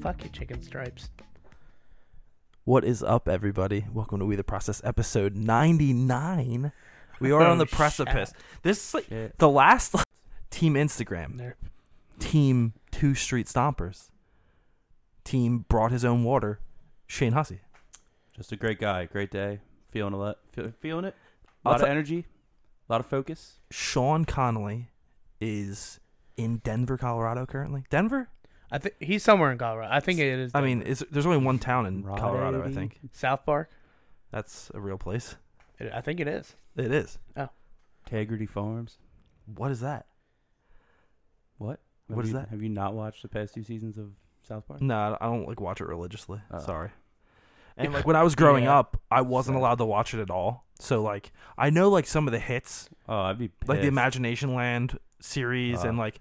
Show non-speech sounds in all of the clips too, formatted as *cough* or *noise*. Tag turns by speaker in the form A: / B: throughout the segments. A: Fuck you, chicken stripes.
B: What is up, everybody? Welcome to We the Process, episode 99. We are
A: Oh,
B: on the
A: shit.
B: precipice. This is like
A: Shit.
B: the last like, team Instagram,
A: There.
B: team two street stompers, team brought his own water, Shane Hussey.
C: Just a great guy. Great day. Feeling a lot. Feel, feeling it. A
B: I'll
C: lot of
B: t-
C: energy. A lot of focus.
B: Sean Connolly is in Denver, Colorado currently. Denver?
A: I think he's somewhere in Colorado. I think it is.
B: I mean, is, there's only one town in
C: Right.
B: Colorado, I think.
A: South Park.
B: That's a real place.
A: It- I think it is.
B: It is.
C: Integrity Farms.
B: What is that?
C: What?
B: What
C: Have
B: is
C: you-
B: that?
C: Have you not watched the past two seasons of South
B: *laughs*
C: Park?
B: No, I- I don't like watch it religiously.
C: Oh.
B: Sorry. And like when I was growing
A: Yeah.
B: up, I wasn't
C: Sad.
B: allowed to watch it at all. So like I know like some of the hits,
C: Oh, I'd be pissed.
B: like the Imagination Land series,
A: Uh-huh.
B: and
C: Uh.
B: like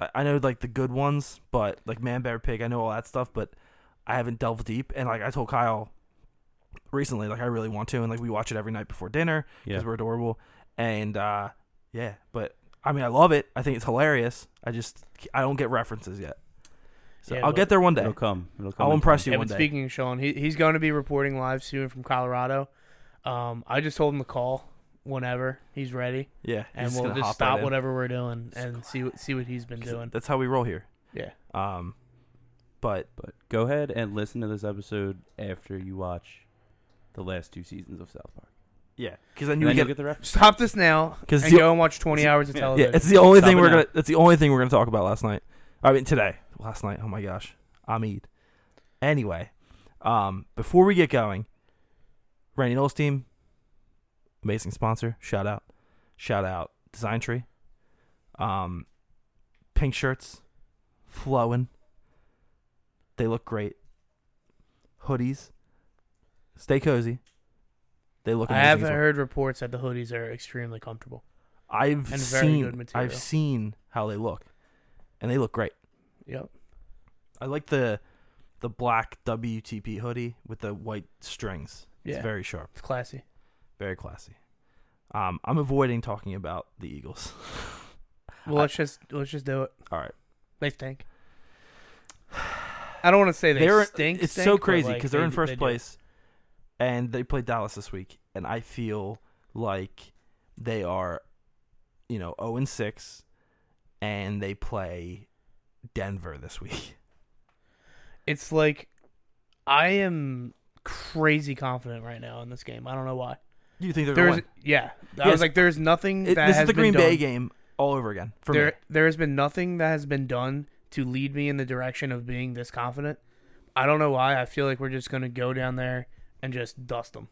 B: I, I know like the good ones, but like Man Bear Pig, I know all that stuff, but I haven't delved deep. And like I told Kyle recently, like I really want to, and like we watch it every night before dinner because
C: Yeah.
B: we're adorable. And uh yeah, but I mean I love it. I think it's hilarious. I just I don't get references yet. So
A: Yeah,
B: I'll
A: look,
B: get there one day.
C: It'll come. It'll come.
B: I'll
C: in
B: impress
C: time.
B: you
A: Yeah,
B: one
A: but
B: day.
A: speaking of Sean, he, he's going to be reporting live soon from Colorado. Um, I just told him to call whenever he's ready,
B: Yeah,
A: and
B: he's
A: we'll
B: gonna
A: just
B: hop right
A: stop
B: in.
A: whatever we're doing and see what see what he's been
B: 'Cause
A: doing.
B: That's how we roll here.
A: Yeah,
B: Um, but
C: But go ahead and listen to this episode after you watch the last two seasons of South Park.
B: yeah, because then
C: And
B: you
C: then
B: get,
C: you'll get the reference.
A: stop this now
B: 'Cause
A: and
B: the-
A: go and watch
B: *laughs*
A: twenty hours of
C: yeah,
B: yeah.
A: television.
B: It's the only
C: Stop
B: thing
C: it
B: we're
C: now.
B: gonna. That's the only thing we're gonna talk about last night. I mean today, last night. Oh my gosh, I'm eat. Anyway, um, before we get going, Randy Knowles team, amazing sponsor. Shout out, shout out Design Tree, um, pink shirts, flowing. They look great. Hoodies, stay cozy. They look.
A: I
B: Amazing
A: have
B: as well.
A: heard reports that the hoodies are extremely comfortable.
B: I've
A: and very
B: seen
A: good material.
B: I've seen how they look, and they look great.
A: Yep.
B: I like the the black WTP hoodie with the white strings.
A: Yeah.
B: It's very sharp,
A: It's classy.
B: very classy. Um, I'm avoiding talking about the Eagles. *laughs*
A: Well, let's just let's just do it.
B: All right,
A: They stink. I don't want to say they
B: They're-
A: stink.
B: It's
A: stink,
B: so
A: but,
B: crazy
A: like,
B: because they're
A: they
B: in
A: do-
B: first
A: they do.
B: place, and they play Dallas this week, and I feel like they are, you know, zero and six, and they play Denver this week. *laughs*
A: It's like I am crazy confident right now in this game. I don't know why.
B: You think they're gonna
A: There's
B: win?
A: yeah. I
B: Yes.
A: was like, there's nothing
B: It-
A: that
B: this
A: has
B: is the
A: been
B: Green Bay
A: done-
B: game all over again for
A: there
B: me.
A: there has been nothing that has been done to lead me in the direction of being this confident. I don't know why. I feel like we're just gonna go down there and just dust them.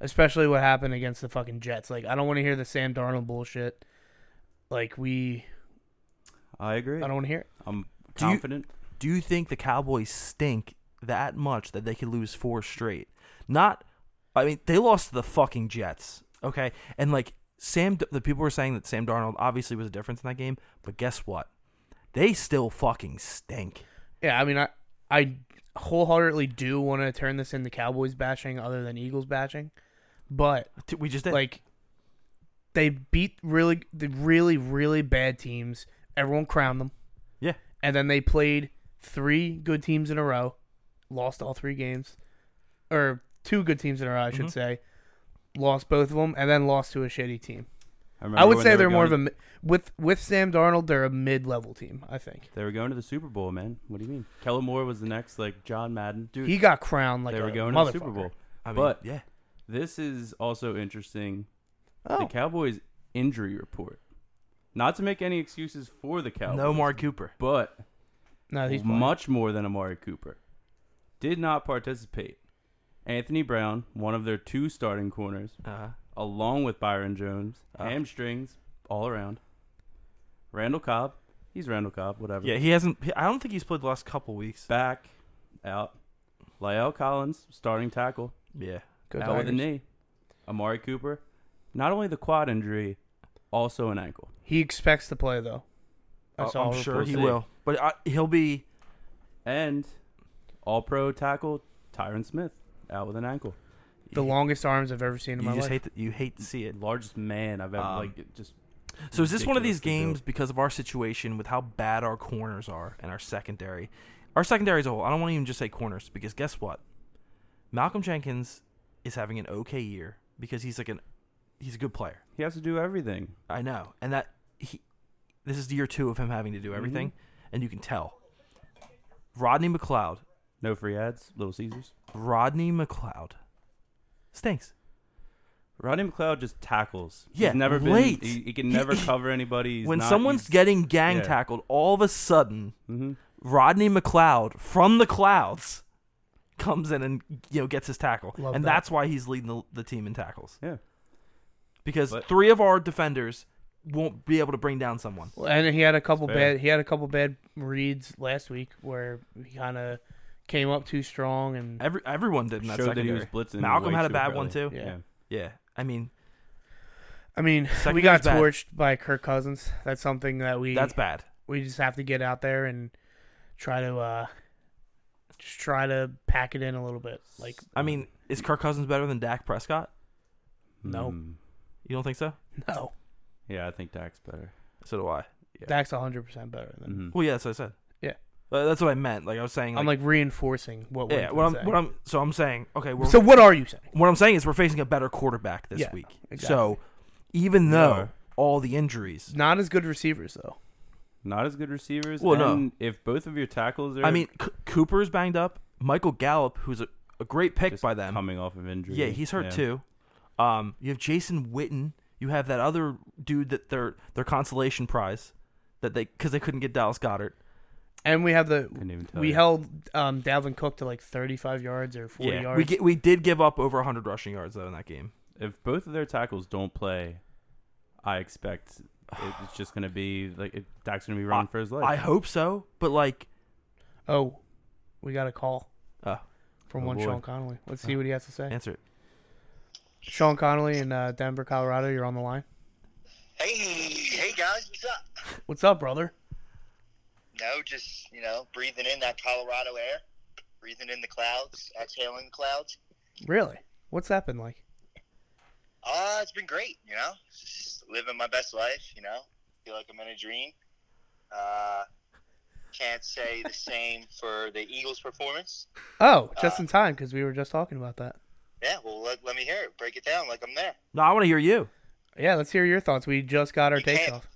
A: Especially what happened against the fucking Jets. Like I don't want to hear the Sam Darnold bullshit. Like we,
C: I agree.
A: I don't want to hear. It.
C: I'm
B: Do you-
C: confident.
B: Do you think the Cowboys stink that much that they could lose four straight? Not, I mean, they lost to the fucking Jets. Okay, and like Sam, the people were saying that Sam Darnold obviously was a difference in that game, but guess what? They still fucking stink.
A: Yeah, I mean, I I wholeheartedly do want to turn this into Cowboys bashing other than Eagles bashing, but
B: Dude, We just did.
A: like they beat really the really really bad teams. Everyone crowned them,
B: yeah,
A: and then they played three good teams in a row, lost all three games, or two good teams in a row, I should
C: Mm-hmm.
A: say, lost both of them, and then lost to a shitty team.
C: remember
A: I would
C: when
A: say
C: they
A: they're
C: were
A: more of
C: going-
A: a mi- with with Sam Darnold, they're a mid level team. I think
C: They were going to the Super Bowl, man. What do you mean? Kellen Moore was the next, like John Madden. Dude,
A: he got crowned like
C: they
A: a
C: were going to the
A: motherfucker.
C: Super Bowl.
B: I mean,
C: but
B: yeah,
C: this is also interesting. The
A: Oh,
C: Cowboys injury report. Not to make any excuses for the Cowboys.
B: no Mark Cooper.
C: But
A: no, he's playing.
C: much more than Amari Cooper. Did not participate. Anthony Brown, one of their two starting corners,
B: Uh,
C: along with Byron Jones,
B: Ah.
C: hamstrings all around. Randall Cobb. He's Randall Cobb, whatever.
B: yeah, he hasn't. he- I don't think he's played the last couple weeks.
C: Back, out. Lyle Collins, starting tackle.
B: Yeah.
A: Go
C: out with a
A: Tigers.
C: knee. Amari Cooper, not only the quad injury, also an ankle.
A: He expects to play though. That's
B: I-
A: all
B: Oh, I'm sure
A: reports.
B: he
C: see.
B: will. But I, he'll be.
C: And all pro tackle Tyron Smith, out with an ankle.
A: The
B: you-
A: longest arms I've ever seen in
B: You
A: my
B: just
A: life.
B: hate. To, you hate to see it.
C: Largest man I've ever
B: Um,
C: like it just
B: So is this one of these
C: ridiculously built.
B: games because of our situation with how bad our corners are and our secondary? Our secondary as a whole. I don't want to even just say corners because guess what? Malcolm Jenkins is having an okay year because he's like an he's a good player.
C: he has to do everything.
B: I know, and that he this is year two of him having to do everything,
C: Mm-hmm.
B: and you can tell. Rodney McLeod,
C: No free ads, Little Caesars.
B: Rodney McLeod, stinks.
C: Rodney McLeod just tackles.
B: Yeah,
C: he's never
B: late.
C: been. He, he can
B: He-
C: never
B: he-
C: cover anybody. He's
B: when
C: not-
B: someone's
C: he's-
B: getting gang
C: yeah.
B: tackled, all of a sudden
C: Mhm.
B: Rodney McLeod from the clouds comes in and you know gets his tackle,
A: Love
B: and
A: that.
B: that's why he's leading the, the team in tackles.
C: Yeah.
B: because
C: But-
B: three of our defenders won't be able to bring down someone.
A: Well, And he had a couple
C: Fair.
A: bad. He had a couple bad reads last week where he kind of came up too strong and
B: Every everyone did in that
C: showed that he
B: secondary.
C: was blitzing.
B: Malcolm
C: way
B: had a
C: too
B: bad
C: early. Mm-hmm.
B: one too.
A: Yeah.
B: Yeah, I mean
A: I mean, we
B: Secondary's
A: got
B: bad.
A: torched by Kirk Cousins. That's something that we
B: that's bad.
A: we just have to get out there and try to uh just try to pack it in a little bit. Like
B: I mean, is Kirk Cousins better than Dak Prescott?
A: No.
C: Mm.
B: You don't think so?
A: no,
C: Yeah, I think Dak's better.
B: So do I.
C: Yeah.
A: that's hundred percent better than.
C: Mhm.
B: Well, yeah, that's what I said.
A: Yeah.
B: Uh, that's what I meant. Like I was saying. Like,
A: I'm like reinforcing what.
B: Mm-hmm. yeah. What I'm, what I'm. So I'm saying. Okay. We're,
A: so what are you saying?
B: what I'm saying is we're facing a better quarterback this
A: Yeah,
B: week.
A: exactly.
B: So even though
C: are.
B: all the injuries,
A: Not as good receivers though.
C: Not as good receivers.
B: Well, no.
C: and If both of your tackles are,
B: I mean, C- Cooper's banged up. Michael Gallup, who's a, a great pick
C: just
B: by them,
C: coming off of injury.
B: yeah, he's hurt
C: Yeah.
B: too. Um, you have Jason Witten. You have that other dude that their their consolation prize that they because they couldn't get Dallas Goddard.
A: And we have the
C: Couldn't even tell
A: we
C: you.
A: held um, Dalvin Cook to like 35 yards or 40 yards.
B: we get, we did give up over 100 rushing yards though in that game.
C: If both of their tackles don't play, I expect it- it's just going to be like it, Dak's going to be running for his life.
B: I hope so, but like,
A: oh, we got a call
B: uh,
A: from
C: Oh,
A: one
C: boy.
A: Sean Connolly. Let's see what he has to say.
B: answer it.
A: Sean Connolly in uh, Denver, Colorado. You're on the line.
D: Hey, hey guys, what's up?
A: What's up, brother?
D: No, just you know, breathing in that Colorado air, breathing in the clouds, exhaling the clouds.
A: Really? What's that been like?
D: Uh, it's been great, you know, just living my best life. You know, feel like I'm in a dream. Uh, can't say the same for the Eagles' performance.
A: Oh, just in time because we were just talking about that.
D: Yeah, well, let, let me hear it. Break it down like I'm there.
B: No, I want to hear you.
A: Yeah, let's hear your thoughts. We just got our
D: You can't-
A: takes off.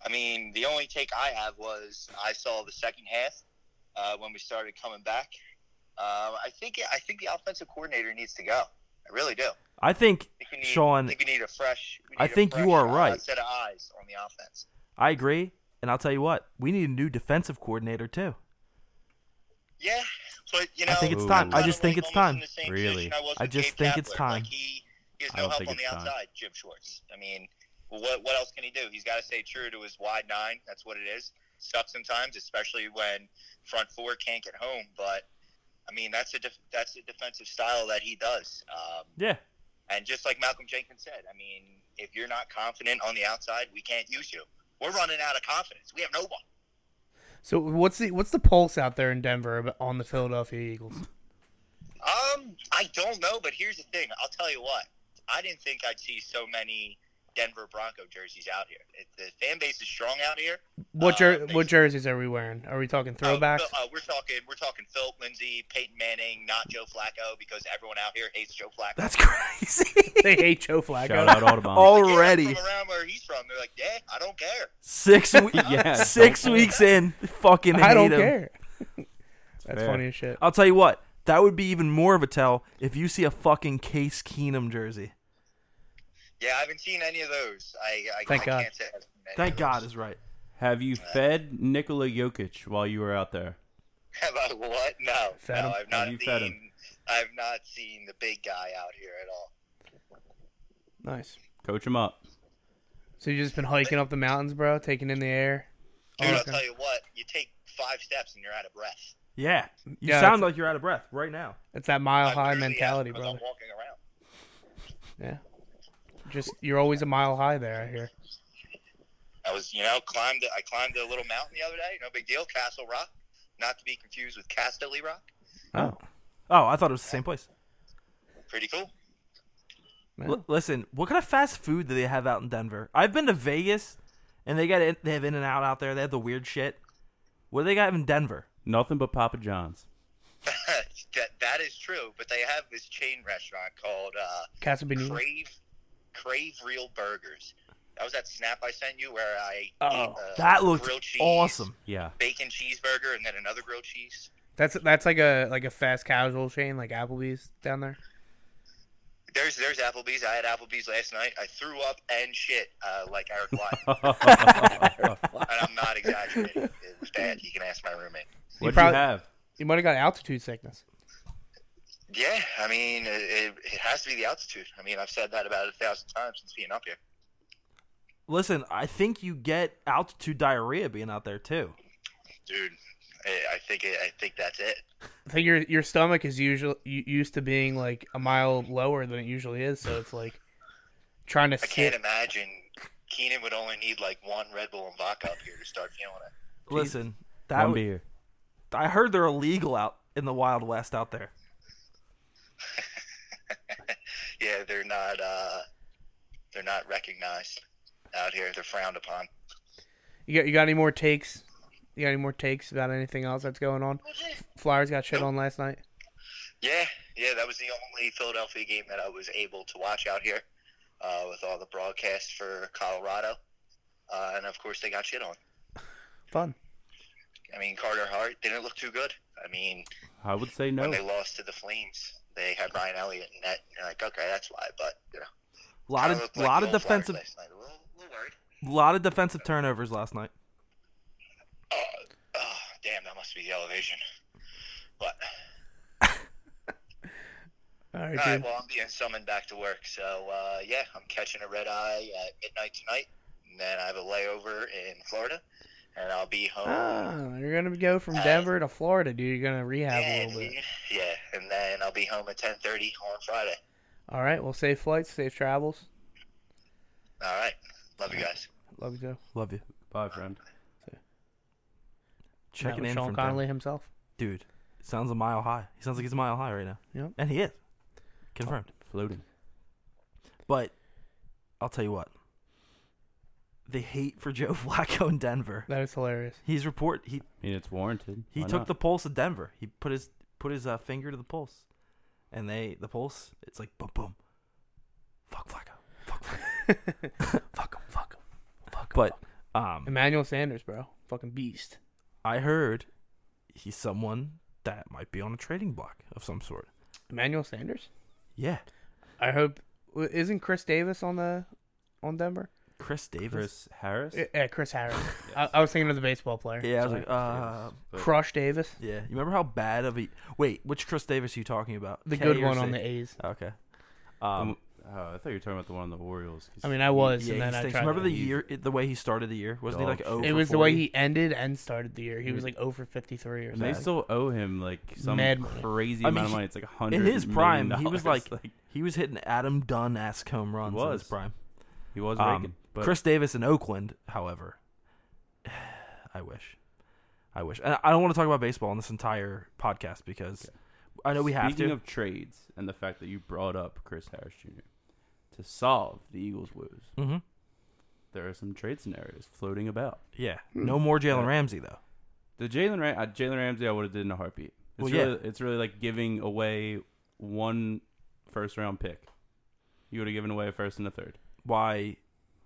D: I mean, the only take I have was I saw the second half uh, when we started coming back. Um, I think I think the offensive coordinator needs to go. I really do.
B: I think
D: think we need,
B: Sean-
D: I think we need a fresh. we
B: I
D: need a
B: think you
D: fresh,
B: are
D: uh,
B: right.
D: set of eyes on the offense.
B: I agree, and I'll tell you what, we need a new defensive coordinator too.
D: Yeah, but you know,
B: I think it's
C: Ooh.
B: time. I
D: kinda
B: just think
D: like
B: it's
D: almost in
B: time.
D: the same
C: Really.
D: position was
B: I
D: with
B: just
D: Gabe
B: think it's
D: Kapler.
B: time.
D: Like he, he has
C: I
D: no
C: don't
D: help
C: think
D: on the
C: it's time.
D: outside, Jim Schwartz. I mean, what what else can he do? He's got to stay true to his wide nine. That's what it is. Sucks sometimes, especially when front four can't get home. But I mean, that's a def- that's a defensive style that he does. Um,
B: Yeah,
D: And just like Malcolm Jenkins said, I mean, if you're not confident on the outside, we can't use you. We're running out of confidence. We have no one.
A: So what's the what's the pulse out there in Denver about- on the Philadelphia Eagles?
D: Um, I don't know, but here's the thing. I'll tell you what. I didn't think I'd see so many Denver Bronco jerseys out here. It, the fan base is strong out here.
A: What
D: Uh,
A: jer- what
D: thanks.
A: jerseys are we wearing? Are we talking throwbacks?
D: Uh, Phil- uh, we're talking. We're talking Phil Lindsay, Peyton Manning, not Joe Flacco, because everyone out here hates Joe Flacco.
B: that's *laughs* crazy.
A: *laughs* they hate Joe Flacco.
C: Shout out Audubon.
D: Yeah,
B: Already
D: from around where he's from, they're like, "Yeah, I don't care."
A: *laughs*
B: six we-
C: Yeah,
B: six weeks in, fucking.
A: I
B: hate
A: don't
B: him.
A: care. *laughs* Oh. That's
C: fair.
A: funny as shit.
B: I'll tell you what, that would be even more of a tell if you see a fucking Case Keenum jersey.
D: Yeah, I haven't seen any of those. I, I,
A: Thank
D: I
A: God.
D: can't say. I've seen any
B: Thank
D: of
B: God
D: those.
B: is right.
C: Have you fed Nikola Jokic while you were out there?
D: *laughs* Have I what? No,
A: Fed
D: no,
A: him.
D: I've not
C: Have you fed him?
D: seen. I've not seen the big guy out here at all.
A: Nice.
C: Coach him up.
A: So you've just been hiking up the mountains, bro, taking in the air.
D: Dude,
A: Oh,
D: I'll
A: okay.
D: tell you what, you take five steps and you're out of breath.
B: Yeah. You
A: Yeah,
B: sound
A: that's-
B: like you're out of breath right now.
A: It's that mile
D: I
A: high
D: literally am
A: mentality,
D: because
A: brother.
D: I'm walking around.
A: Yeah. Just you're always a mile high there. I hear.
D: I was, you know, climbed. I climbed a little mountain the other day. No big deal. Castle Rock, not to be confused with Casterly Rock.
A: Oh,
B: Oh, I thought it was the same place.
D: Pretty cool. *laughs*
A: man.
B: L- listen, what kind of fast food do they have out in Denver? I've been to Vegas, and they got in- they have In and Out out there. They have the weird shit. What do they got in Denver?
C: Nothing but Papa John's.
D: that that is true. But they have this chain restaurant called uh,
A: Casabanini.
D: Crave Crave Real Burgers. That was that snap I sent you where I
A: Oh,
D: ate a
B: That looked
D: grilled cheese,
B: awesome.
C: Yeah. *laughs*
D: bacon cheeseburger, and then another grilled cheese.
A: That's that's like a like a fast casual chain like Applebee's down there.
D: There's there's Applebee's. I had Applebee's last night. I threw up and shit uh, like
C: *laughs*
D: Eric Lyon, and I'm not exaggerating. It was bad. You can ask my roommate.
C: What'd you
A: prob-
C: have?
A: You might have got altitude sickness.
D: Yeah, I mean, it, it has to be the altitude. I mean, I've said that about a thousand times since being up here.
B: Listen, I think you get altitude diarrhea being out there too.
D: Dude, I, I think it, I think that's it.
A: I think your your stomach is usually used to being like a mile lower than it usually is, so it's like trying to
D: I can't
A: sit.
D: imagine Keenan would only need like one Red Bull and vodka up here to start feeling it.
B: Listen, that
C: One
B: would-
C: beer.
B: I heard they're illegal out in the Wild West out there.
D: Yeah, they're not uh, they're not recognized out here. They're frowned upon.
A: You got you got any more takes? You got any more takes about anything else that's going on? Flyers got shit on last night.
D: Yeah, yeah, that was the only Philadelphia game that I was able to watch out here uh, with all the broadcasts for Colorado, uh, and of course they got shit on.
A: Fun.
D: I mean, Carter Hart didn't look too good. I mean,
C: I would say no.
B: Oh.
D: when they lost to the Flames, they had Ryan Elliott in net. And you're like, okay, that's why. But you know,
B: A lot of
D: kinda looked like
B: lot
D: the
B: of
D: old Flyers
B: defensive
D: last night. A little, little worried.
B: lot of defensive turnovers last night.
D: Oh, oh, damn, that must be the elevation. But
A: All
D: all
A: right,
D: right,
A: dude.
D: well, I'm being summoned back to work, so uh, yeah, I'm catching a red eye at midnight tonight, and then I have a layover in Florida, and I'll be home.
A: Ah, you're gonna go from Denver to Florida, dude. You're gonna rehab a
D: yeah,
A: little bit.
D: dude. yeah, and then I'll be home at 10:30 on Friday.
A: All right. Well, safe flights, safe travels.
D: All right, love you guys.
A: Love you, Joe.
B: Love you.
C: Bye, friend.
A: That
B: Checking
A: was
B: in
A: Sean
B: from
A: Connolly
B: Denver.
A: himself.
B: dude. Sounds a mile high. He sounds like he's a mile high right now.
A: Yep.
B: And he is. Confirmed.
C: Floating.
B: But I'll tell you what. The hate for Joe *laughs* Flacco in Denver.
A: That is hilarious. *laughs*
B: He's report he
C: I mean, it's warranted.
B: he
C: Why
B: took
C: not?
B: the pulse of Denver. He put his put his uh, finger to the pulse, and they the pulse. It's like boom boom. Fuck
A: *laughs*
B: Flacco. Fuck Flacco. fuck him. Fuck him. Fuck him. But um,
A: Emmanuel Sanders, bro. Fucking beast.
B: I heard he's someone that might be on a trading block of some sort.
A: Emmanuel Sanders.
B: Yeah,
A: I hope w- isn't Chris Davis on the on Denver?
B: Chris Davis. *laughs*
C: Chris Harris.
A: Yeah, Yeah, Chris Harris. I, I was thinking of the baseball player.
B: Yeah, I was
C: Sorry,
B: like, uh,
C: Davis.
A: Crush Davis,
B: yeah. You remember how bad of a wait? Which Chris Davis are you talking about?
A: the
B: K
A: good
B: or
A: one on
B: Z?
A: the A's.
B: Okay.
C: But-
B: Um,
C: oh, I thought you were talking about the one on the Orioles. 'cause
A: I mean, I
C: he-
A: was, and
B: yeah, he
A: then I
B: stinks.
A: tried.
B: Remember the
A: to- Oh,
B: year, the way he started the year? Wasn't he like oh
C: Dog
B: over?
A: It was the way he ended and started the year. He was like over fifty-three or
C: And they
A: something.
C: still owe him like some
A: Mad money.
C: crazy
B: I mean,
C: amount of
B: he-
C: money. It's like a hundred.
B: in his prime? He was like,
C: *laughs* like
B: he was hitting Adam Dunn esque home runs in his
C: was.
B: prime.
C: he was
B: Um,
C: raking. But
B: Chris Davis in Oakland, however, *sighs* I wish, I wish, and I don't want to talk about baseball in this entire podcast because I know we have
C: speaking
B: to.
C: of trades and the fact that you brought up Chris Harris Jr. to solve the Eagles' woes,
B: Mhm.
C: there are some trade scenarios floating about.
B: yeah, no more Jalen Ramsey though.
C: The Jalen Ram- uh, Jalen Ramsey, I would have did in a heartbeat. It's
B: Well, yeah.
C: really, it's really like giving away one first round pick. You would have given away a first and a third.
B: Why? It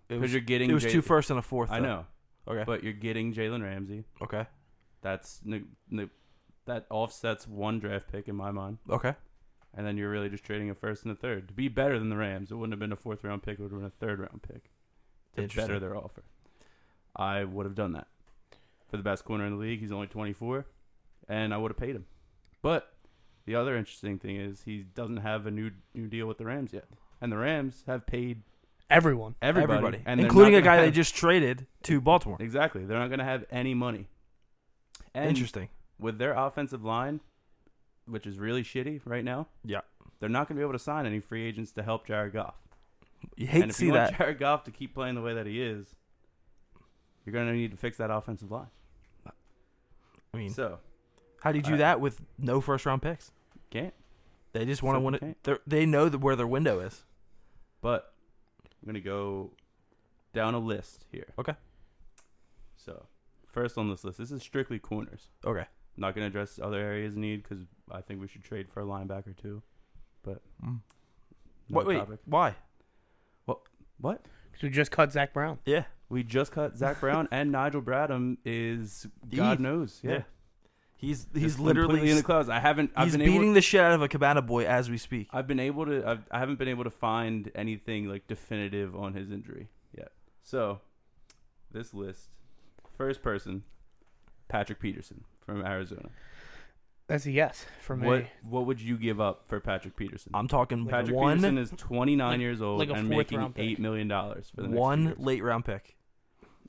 C: Because you're getting
B: it was
C: Jay-
B: two first and a fourth.
C: I
B: though.
C: know,
B: Okay.
C: but you're getting Jalen Ramsey.
B: okay.
C: That's ne- ne- that offsets one draft pick in my mind,
B: Okay.
C: and then you're really just trading a first and a third to be better than the Rams. It wouldn't have been a fourth round pick; it would have been a third round pick to
B: Interesting.
C: better their offer. I would have done that for the best corner in the league. He's only 24, and I would have paid him. But the other interesting thing is he doesn't have a new new deal with the Rams yet, and the Rams have paid
A: Everyone.
C: everybody, and they're
B: including
C: not
B: a
C: gonna
B: guy they
C: have-
B: just traded to Baltimore.
C: exactly. They're not going to have any money. *laughs* And
B: Interesting.
C: with their offensive line, which is really shitty right now,
B: Yeah.
C: they're not going to be able to sign any free agents to help Jared Goff.
B: You hate
C: and
B: to
C: if
B: see
C: you
B: that.
C: want Jared Goff to keep playing the way that he is, you're going to need to fix that offensive line.
B: I mean,
C: *laughs* So
B: how do you do
C: I-
B: that with no first round picks?
C: can't.
B: They just want to
C: Simple
B: win it.
C: can't.
B: they're- They know that where their window is.
C: But I'm going to go down a list here.
B: Okay.
C: So first on this list, this is strictly corners.
B: Okay.
C: Not going to address other areas of need because I think we should trade for a linebacker too. But
B: Mm.
C: another
B: Wait, wait,
C: topic.
B: why?
C: what?
A: Because we just cut Zach Brown.
B: Yeah.
C: We just cut Zach Brown and Nigel Bradham is God
B: Eve.
C: knows. Yeah.
B: Yeah. He's he's
C: Just completely
B: literally
C: in the clouds. I haven't. I've
B: he's
C: been
B: beating
C: able.
B: the shit out of a Cabana boy as we speak.
C: I've been able to. I've, I haven't been able to find anything like definitive on his injury yet. So, this list, first person, Patrick Peterson from Arizona.
A: That's a yes for me.
C: What What would you give up for Patrick Peterson?
B: I'm talking
C: Patrick
B: one
C: Peterson is 29
A: like-
C: years old
A: like a
C: and
A: fourth
C: making
A: round pick.
C: eight million dollars for the next few
B: one
C: years.
B: late round pick.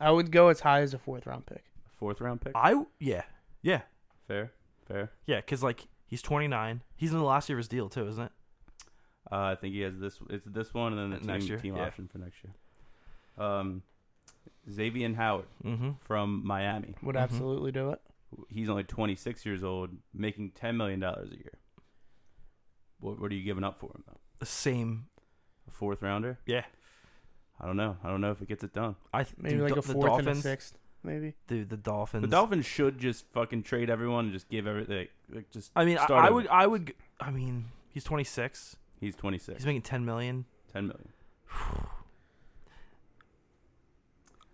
A: I would go as high as a fourth round pick.
C: fourth round pick.
B: I yeah yeah
C: Fair, fair.
B: yeah because like he's 29. He's in the last year of his deal too, isn't it?
C: Uh, I think he has this. It's this one, and then the team,
B: Next year,
C: team
B: yeah.
C: option for next year. Um, Xavier Howard
B: Mm-hmm.
C: from Miami.
A: Would
B: Mhm.
A: absolutely do it.
C: He's only 26 years old, making 10 million dollars a year. What, what are you giving up for him though?
B: The same.
C: A fourth rounder?
B: Yeah.
C: I don't know. I don't know if it gets it done.
B: I th-
A: Maybe
B: dude,
A: like
B: Do-
A: a
B: the
A: fourth
B: Dolphins.
A: and a sixth. Maybe.
B: Dude, the Dolphins.
C: The Dolphins should just fucking trade everyone and just give everything. Like, just
B: I mean, I,
C: start
B: I
C: over.
B: would. I would. g- I mean, he's 26.
C: He's 26.
B: He's making 10 million.
C: 10 million.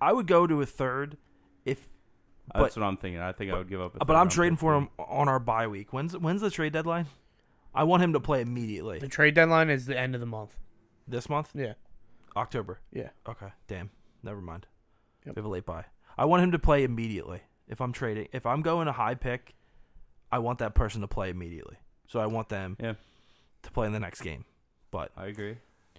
B: I would go to a third if. But-
C: That's what I'm thinking. I think I would give up. A
B: But I'm
C: third-round
B: trading
C: pick
B: for him on our bye week. When's when's the trade deadline? I want him to play immediately
A: The trade deadline is the end of the month.
B: this month,
A: Yeah.
B: October.
A: Yeah.
B: Okay. Damn. Never mind.
A: Yep.
B: We have a late bye. I want him to play immediately. If I'm trading, if I'm going a high pick, I want that person to play immediately. So I want them
C: Yeah.
B: to play in the next game. But
C: I agree.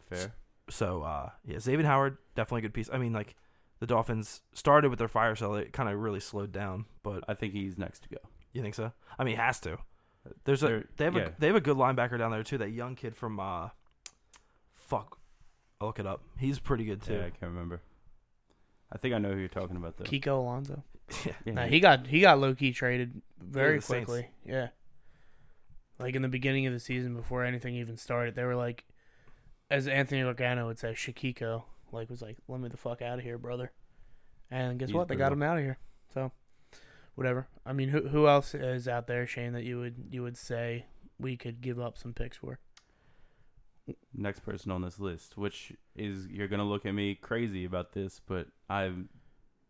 C: Fair.
B: so uh, yeah, Xavier Howard definitely a good piece. I mean, like the Dolphins started with their fire sale, it kind of really slowed down. But
C: I think he's next to go.
B: you think so? I mean, it has to. There's a
C: They're-
B: they have
C: yeah.
B: a they have a good linebacker down there too. That young kid from uh, fuck, I'll look it up. He's pretty good
C: Yeah, I
B: too.
C: can't remember. I think I know who you're talking about though.
A: Kiko Alonso.
B: Yeah.
C: Yeah,
A: Nah,
C: he-
A: he got he got low key traded very
B: the Saints.
A: quickly. Yeah. Like in the beginning of the season before anything even started, they were like as Anthony Logano would say, Shakiko, like was like, Let me the fuck out of here, brother. And guess
C: He's
A: what? They got
C: brutal.
A: him out of here. So whatever. I mean who who else is out there, Shane, that you would you would say we could give up some picks for?
C: next person on this list, which is you're gonna look at me crazy about this, but I've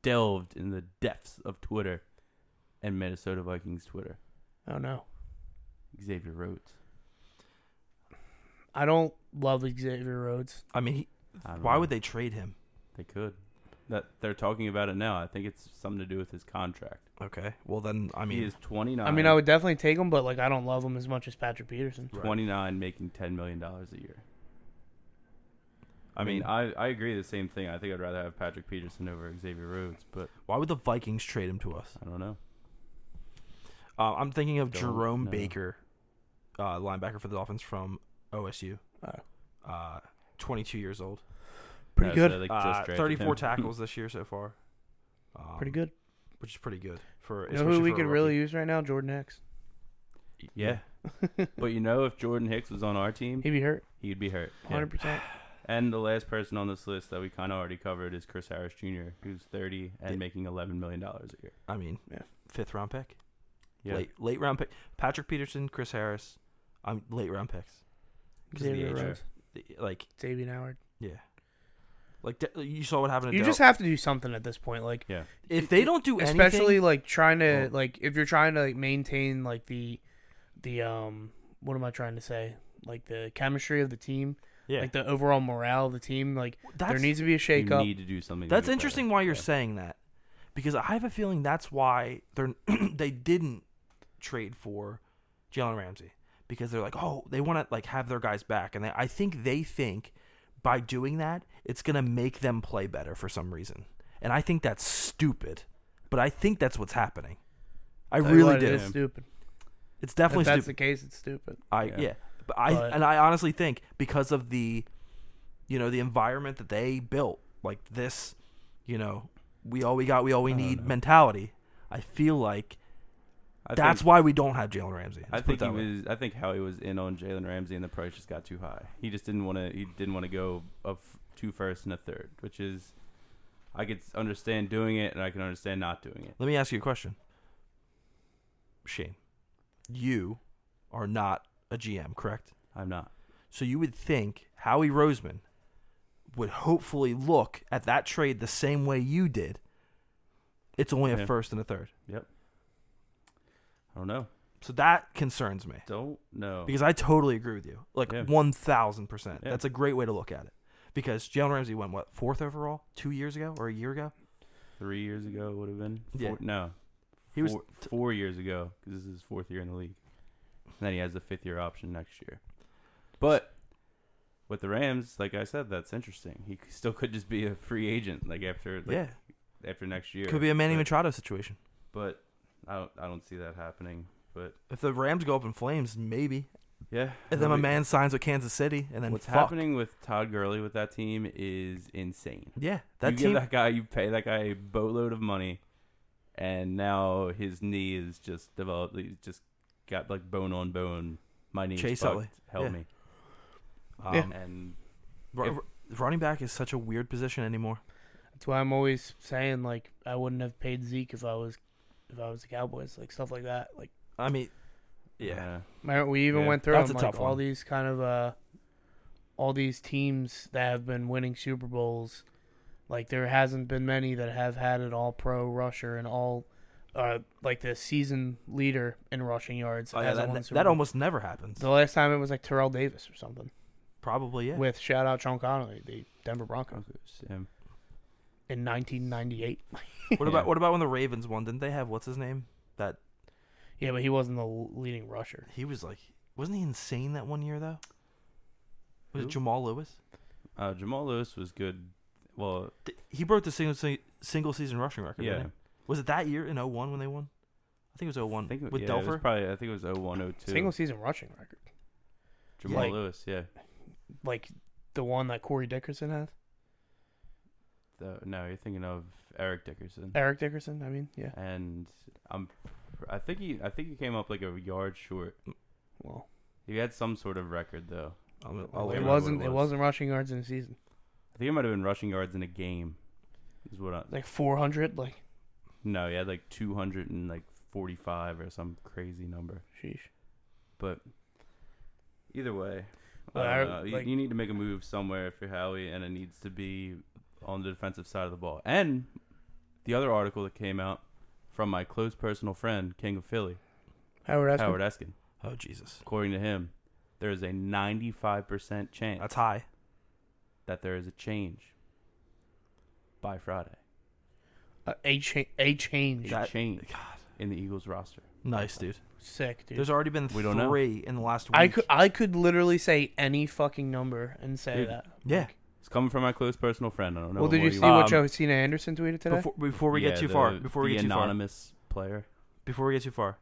C: delved in the depths of Twitter and Minnesota Vikings Twitter.
A: Oh no.
C: Xavier Rhodes.
A: I don't love Xavier Rhodes.
B: I mean, he,
C: I don't
B: why
C: know.
B: would they trade him?
C: they could? That they're talking about it now. I think it's something to do with his contract.
B: Okay, well then I
C: he
B: mean,
C: is 29.
A: I mean, I would definitely take him, but like I don't love him as much as Patrick Peterson.
C: 29 making 10 million dollars a year.
B: I mean,
C: I, I agree the same thing. I think I'd rather have Patrick Peterson over Xavier Rhodes, but
B: why would the Vikings trade him to us?
C: I don't know.
B: Uh, I'm thinking of
C: Don't
B: Jerome
C: know.
B: Baker, uh, linebacker for the Dolphins from OSU.
A: Oh.
B: Uh, 22 years old.
A: Pretty
C: Uh,
A: good.
C: so they just
B: Uh,
C: drafted
B: 34
C: him. *laughs*
B: tackles this year so far. Um,
A: Pretty good.
B: Which is pretty good for.
A: You know who
B: especially
A: we
B: for a
A: could
B: rookie.
A: really use right now? Jordan Hicks.
C: Yeah. *laughs* but you know, if Jordan Hicks was on our team,
A: He'd be hurt.
C: he'd be hurt. Yeah.
A: 100%.
B: *sighs*
C: And the last person on this list that we kind of already covered is Chris Harris Jr., who's 30 and
B: Yeah.
C: making 11 million dollars a year.
B: I mean,
A: Yeah.
B: fifth round pick,
C: Yeah,
B: late late round pick. Patrick Peterson, Chris Harris, I'm late round picks. 'Cause of the
A: Xavier
B: age.
A: Rhodes.
B: Like
A: Xavier Howard.
B: yeah, like de- you saw what happened. To
A: You just
B: Del-
A: have to do something at this point. Like,
C: yeah.
B: if they don't do anything,
A: especially like trying to,
B: Oh.
A: like, if you're trying to like maintain, like, the, the, um, what am I trying to say? Like, the chemistry of the team,
B: yeah,
A: like, the overall morale of the team. Like,
B: that's
A: there needs to be a
C: You
A: shakeup.
C: need to do something. to
B: That's
C: get
B: interesting
C: better.
B: why you're
C: Yeah.
B: saying that because I have a feeling that's why they're *clears throat* they didn't trade for Jalen Ramsey because they're like, oh, they want to like have their guys back, and they, I think they think by doing that it's gonna make them play better for some reason, and I think that's stupid, but I think that's what's happening. I
A: Tell you
B: really
A: what, It
B: do.
A: is stupid.
B: It's
A: If
B: definitely
A: that's
B: stupid.
A: the case, it's stupid.
B: I yeah,
C: Yeah.
B: but I
A: But-
B: and I honestly think because of the, you know, the environment that they built, like this, you know, we all we got, we all we need mentality. I feel like
C: I
B: that's
C: think,
B: why we don't have Jalen Ramsey.
C: I
B: Let's put it
C: think he
B: that way.
C: was. I think Howie was in on Jalen Ramsey, and the price just got too high. He just didn't want to. He didn't want to go of two first and a third, which is, I could s- understand doing it, and I can understand not doing it.
B: Let me ask you a question, Shane. You are not a GM, correct?
C: I'm not.
B: So you would think Howie Roseman would hopefully look at that trade the same way you did. It's only a
C: Yeah.
B: first and a third.
C: Yep. I don't know.
B: So that concerns me
C: Don't know.
B: because I totally agree with you. Like
C: Oh. Yeah.
B: 1000%.
C: Yeah.
B: That's a great way to look at it. Because Jalen Ramsey went what? 4th overall 2 years ago or a year ago?
C: Three years ago would have been. Four,
B: Yeah.
C: No,
B: He was
C: four, four years ago because this is his fourth year in the league. And then he has the fifth year option next year. But with the Rams, like I said, that's interesting. He c- still could just be a free agent, like after like
B: yeah,
C: after next year.
B: could be a Manny
C: but,
B: Machado situation.
C: but I don't I don't see that happening. But
B: If the Rams go up in flames, maybe.
C: yeah,
B: And then my
C: we-
B: man signs with Kansas City and then
C: What's
B: fuck.
C: happening with Todd Gurley with that team is insane.
B: Yeah,
C: you
B: that
C: give
B: team
C: that guy, you pay that guy a boatload of money, and now his knee is just developed. He's just got like bone on bone. My knee
B: Chase
C: is fucked.
B: Utley.
C: Help
B: Yeah.
C: me. Um,
A: Yeah.
C: And
B: ru-
C: if-
B: ru- running back is such a weird position anymore.
A: That's why I'm always saying like I wouldn't have paid Zeke if I was if I was the Cowboys, like stuff like that. Like
B: I mean, yeah.
C: yeah,
A: remember, we even
C: Yeah.
A: went through
B: That's
A: them,
B: a
A: like
B: tough
A: all
B: one.
A: these kind of uh all these teams that have been winning Super Bowls. Like there hasn't been many that have had an all pro rusher and all uh like the season leader in rushing yards.
B: Oh, yeah,
A: hasn't
B: that,
A: won
B: that,
A: Super Bowl.
B: almost never happens.
A: the last time it was like Terrell Davis or something.
B: Probably yeah.
A: With shout out Sean Connolly, the Denver Broncos
C: Broncos, yeah.
A: in nineteen ninety eight.
B: What about what about when the Ravens won? Didn't they have what's his name? That
A: Yeah, but he wasn't the l- leading rusher.
B: he was like, wasn't he insane that one year though? Was
C: Who?
B: it Jamal Lewis?
C: Uh, Jamal Lewis was good. Well,
B: Th- He broke the single se- single season rushing record.
C: yeah,
B: didn't he? Was it that year in 01 when they won? I think it was 01
C: I think it-
B: with
C: yeah, it was
B: Delfer.
C: probably I think it was 01, 02.
A: Single season rushing record.
C: Jamal
A: like-
C: Lewis, yeah.
A: like the one that Corey Dickerson has.
C: The- no, you're thinking of Eric Dickerson,
A: Eric Dickerson, I mean, yeah.
C: and I'm. I think he. I think he came up like a yard short.
A: Well,
C: He had some sort of record though.
B: I'll-
C: I'll look
A: it
C: it up.
A: wasn't
C: What
A: it,
C: it was.
A: was. not rushing yards in a season.
C: I think it might have been rushing yards in a game. Is what I,
A: Like 400, like
C: No, he had like two hundred and like forty five or some crazy number.
A: sheesh.
C: But either way,
A: Well,
C: I don't
A: I-
C: know. You-
A: like-
C: you, need to make a move somewhere if you're Howie, and it needs to be on the defensive side of the ball. And the other article that came out from my close personal friend, King of Philly,
A: Howard Eskin.
C: Howard Eskin,
B: Oh Jesus,
C: according to him, there is a ninety five percent chance
B: that's high.
C: that there is a change by Friday.
A: Uh, a, cha- a
C: A
A: change.
B: That-
C: change
B: God,
C: in the Eagles roster.
B: nice dude.
A: Sick, dude.
B: There's already been
C: We
B: three
C: don't know.
B: in the last week.
A: I could I could literally say any fucking number and say
C: Dude,
A: that.
B: yeah.
C: It's coming from my close personal friend. I don't know.
A: well, did
C: what
A: you
C: he
A: see
C: was-
A: what
B: Um,
A: Josina Anderson tweeted today?
B: Before, before we get
C: Yeah,
B: too
C: the-
B: far, before we
C: the
B: get too far,
C: anonymous player.
B: before we get too far,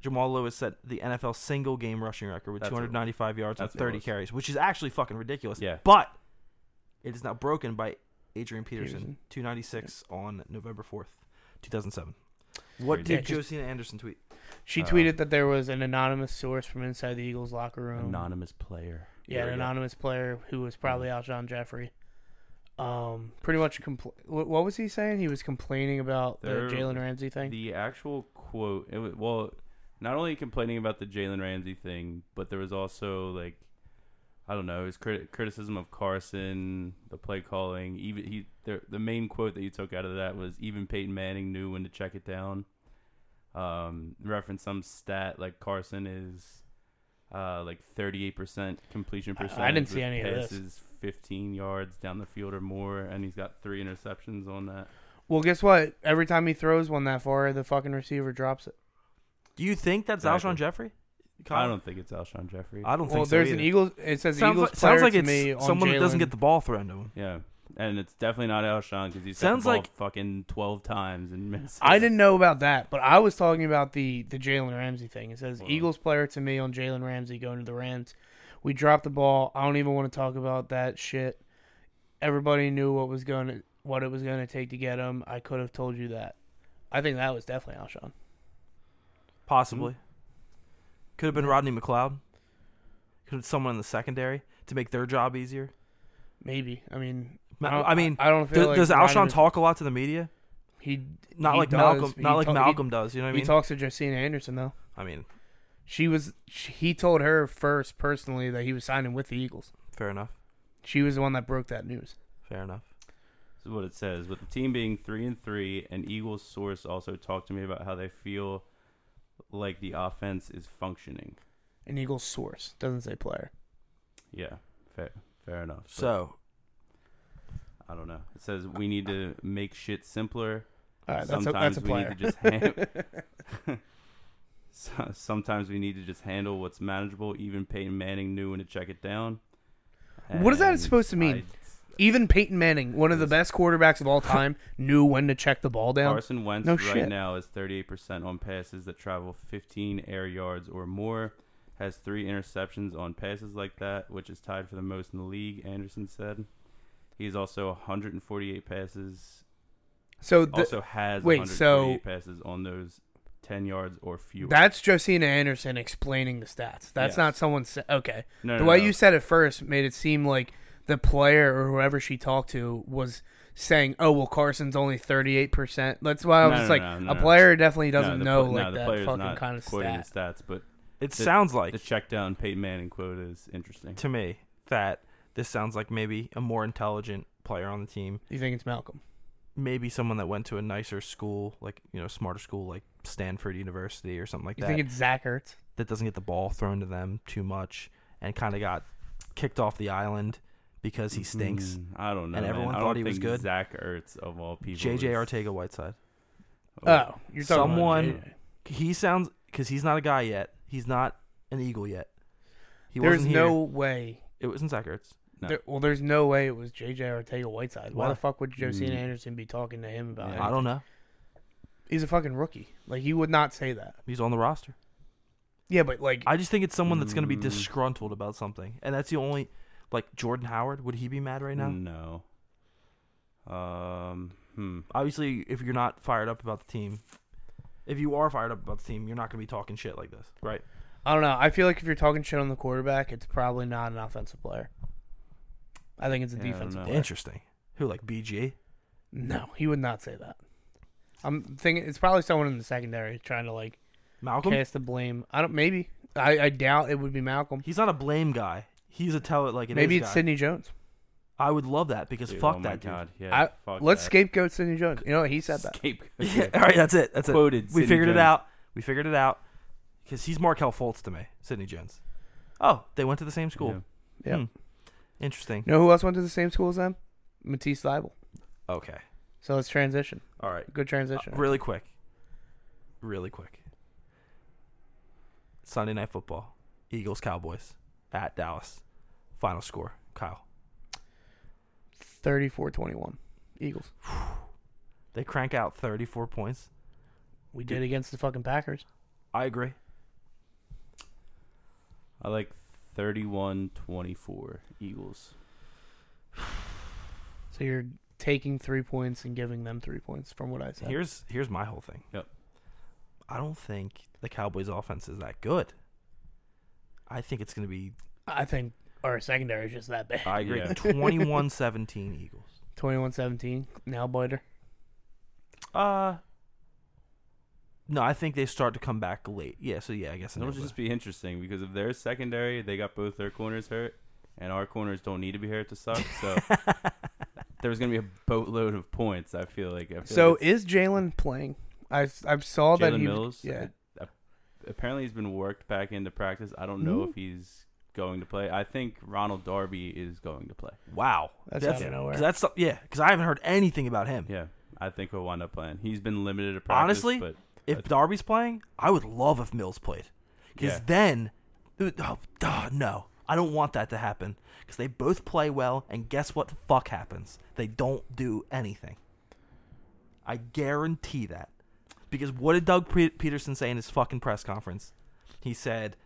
B: Jamal Lewis set the NFL single game rushing record with
C: That's what it was.
B: 295 yards on
C: That's what it
B: 30
C: was.
B: carries, which is actually fucking ridiculous.
C: Yeah.
B: But it is now broken by Adrian Peterson,
A: Peterson.
B: 296 on November 4th, 2007. What
C: Crazy.
A: Yeah,
B: did
A: just-
B: Josina Anderson tweet?
A: she
C: uh,
A: tweeted that there was an anonymous source from inside the Eagles locker room.
C: Anonymous player.
A: Um, Yeah,
C: Here
A: an
C: we go.
A: anonymous player who was probably Alshon Jeffrey. Um, pretty much compl- what, what was he saying? He was complaining about the
C: There-
A: Jalen Ramsey thing.
C: The actual quote. It was, well, not only complaining about the Jalen Ramsey thing, but there was also like, I don't know, his crit- criticism of Carson, the play calling. Even he, the, the main quote that you took out of that was even Peyton Manning knew when to check it down. Um, reference some stat like Carson is. Uh, like thirty-eight percent completion
A: I- I
C: percentage.
A: didn't see
C: with
A: any of this.
C: passes Fifteen yards down the field or more, and he's got three interceptions on that.
A: Well, guess what? Every time he throws one that far, the fucking receiver drops it.
B: Do you think that's
C: Exactly.
B: Alshon Jeffrey?
C: I
B: Kyle?
C: don't think it's Alshon Jeffrey.
B: I don't
A: Well,
B: think so
A: there's an
B: either.
A: Eagles. It says
B: Sounds
A: Eagles
B: like, sounds
A: player
B: like
A: to
B: it's
A: me on
B: someone that doesn't
A: Jalen.
B: get the ball thrown to him.
C: Yeah. and it's definitely not Alshon because he's
B: Sounds
C: sounds
B: like-
C: like fucking twelve times in *laughs* Minnesota.
A: I didn't know about that, but I was talking about the the Jalen Ramsey thing. It says
C: Wow.
A: Eagles player to me on Jalen Ramsey going to the Rams. We dropped the ball. I don't even want to talk about that shit. Everybody knew what was going to what it was going to take to get him. I could have told you that. I think that was definitely Alshon.
B: Possibly.
A: Mm-hmm.
B: Could have been Rodney McLeod. Could have someone in the secondary to make their job easier.
A: Maybe. I mean,
B: Ma-
A: don't-
B: I mean,
A: I don't feel
B: Th-
A: like
B: does
A: Rodney
B: Alshon
A: was-
B: talk a lot to the media?
A: He
B: Not
A: he
B: like
A: does,
B: Malcolm.
A: but
B: Not
A: he
B: like
A: ta- he-
B: Malcolm does. You know what I
A: He
B: mean?
A: talks to Justina Anderson though.
B: I mean,
A: She was. She, he told her first personally that he was signing with the Eagles.
B: fair enough.
A: She was the one that broke that news.
B: Fair enough.
C: This is what it says. With the team being three and three, an Eagles source also talked to me about how they feel like the offense is functioning.
A: An Eagles source doesn't say player.
C: Yeah, fair, fair enough. but
B: So
C: I don't know. It says we need to make shit simpler.
A: All right, that's a,
C: sometimes
A: that's a
C: we
A: player.
C: need to just hand-
A: *laughs*
C: *laughs* So- sometimes we need to just handle what's manageable. Even Peyton Manning knew when to check it down.
A: What is that
C: And
A: supposed to mean?
C: I-
A: Even Peyton Manning, one of the best quarterbacks
C: *laughs*
A: of all time, knew when to check the ball down.
C: Carson Wentz
A: No
C: right
A: shit.
C: now is 38% on passes that travel 15 air yards or more. Has three interceptions on passes like that, which is tied for the most in the league. Anderson said he's also 148 passes.
A: So th-
C: also has
A: wait, so-
C: 148 passes on those 10 yards or fewer.
A: that's Josina Anderson explaining the stats. That's
C: Yes.
A: not someone. Sa- okay,
C: No,
A: the
C: no,
A: way
C: no.
A: you said it first made it seem like the player or whoever she talked to was saying, "Oh well, Carson's only thirty eight percent." That's why I was
C: No,
A: just
C: no,
A: like,
C: no, no,
A: a
C: no.
A: player definitely
C: No,
A: doesn't
C: the
A: know
C: pl- no,
A: like
C: the
A: that
C: player's
A: fucking
C: not
A: kind of
C: quoting
A: stat.
C: the stats, but
B: it
C: the-
B: sounds like
C: the check down Peyton Manning quote is interesting.
B: to me that this sounds like maybe a more intelligent player on the team,
A: You think it's Malcolm?
B: maybe someone that went to a nicer school, like you know, smarter school, like Stanford University or something like
A: You
B: that,
A: think it's Zach Ertz?
B: that doesn't get the ball thrown to them too much and kind of got kicked off the island because he stinks.
C: Mm, I don't know.
B: And
C: man.
B: everyone
C: I
B: thought
C: don't
B: he was
C: think
B: good.
C: Zach Ertz of all
A: Mm.
C: people.
B: JJ
C: is-
B: Ortega Whiteside.
A: Oh, you're talking
B: Someone-
A: About JJ.
B: He sounds because he's not a guy yet. He's not an eagle yet. He
A: There's
B: wasn't
A: no
B: Here.
A: way
B: It wasn't Zach Ertz.
C: No.
A: There, well, there's no way it was J.J. Ortega Whiteside. Why,
B: Why?
A: the fuck would Josina
C: Mm.
A: Anderson be talking to him about
C: Yeah.
A: it?
B: I don't know.
A: He's a fucking rookie. Like, he would not say that.
B: He's on the roster.
A: Yeah, but, like,
B: I just think it's someone that's going to be
C: Mm.
B: disgruntled about something, and that's the only. Like Jordan Howard, would he be mad right
C: Mm.
B: now?
C: No. Um. Hmm.
B: Obviously, if you're not fired up about the team, if you are fired up about the team, you're not going to be talking shit like this, right?
A: I don't know. I feel like if you're talking shit on the quarterback, it's probably not an offensive player. I think it's a
C: Yeah, I don't
A: defensive
C: know.
A: player.
B: Interesting. Who like BG?
A: No, he would not say that. I'm thinking it's probably someone in the secondary trying to, like,
B: Malcolm?
A: cast the blame. I don't, maybe. I, I doubt it would be Malcolm.
B: He's not a blame guy. He's a tell it like it is
A: maybe it's
B: guy.
A: Sidney Jones.
B: I would love that because
C: Dude,
B: fuck
C: oh my
B: that dude.
C: God. Yeah.
A: I,
C: fuck
A: let's
C: that.
A: scapegoat Sidney Jones. You know, what? he said that.
B: *laughs*
C: Scapegoat.
B: Yeah, all right, that's it. That's it.
C: Quoted
B: We
C: Sidney
B: figured it
C: Jones.
B: out. We figured it out because he's Markel Fultz to me, Sidney Jones. Oh, they went to the same school.
C: Yeah.
A: Yeah.
B: Hmm. Interesting.
A: You know who else went to the same school as them? Matisse Thibel.
B: Okay.
A: So let's transition.
B: All right.
A: Good transition.
C: Uh,
B: Really quick. Really quick. Sunday night football. Eagles Cowboys at Dallas. Final score. Kyle.
A: 34-21. Eagles.
B: They crank out 34 points.
A: We did against the fucking Packers.
B: I agree.
C: I like 31-24 Eagles.
A: So you're taking three points and giving them three points from what I said.
B: Here's here's my whole thing.
C: Yep.
B: I don't think the Cowboys offense is that good. I think it's going to be
A: I think our secondary is just that bad.
B: I agree.
C: Yeah.
B: 21-17 Eagles.
A: 21-17. Now biter.
B: *laughs* Uh No, I think they start to come back late. Yeah, so yeah, I guess
C: It'll
B: it'll
C: just be interesting because if their secondary, they got both their corners hurt, and our corners don't need to be hurt to suck.
B: *laughs*
C: So there's gonna be a boatload of points. I feel like. I feel
A: So
C: like it's-
A: is Jalen playing? I I saw that
C: Jalen
A: he
C: Mills.
A: yeah.
C: uh, apparently, he's been worked back into practice. I don't know
A: Mhm.
C: if he's going to play. I think Ronald Darby is going to play.
B: Wow.
A: That's out of nowhere.
B: 'cause That's yeah, cuz I haven't heard anything about him.
C: Yeah, I think he'll wind up playing. He's been limited to practice.
B: Honestly,
C: but
B: If Darby's playing, I would love if Mills played. Cuz
C: Yeah.
B: then dude, oh, duh, no. I don't want that to happen because they both play well, and guess what the fuck happens? They don't do anything. I guarantee that. Because what did Doug Pe- Peterson say in his fucking press conference? He said,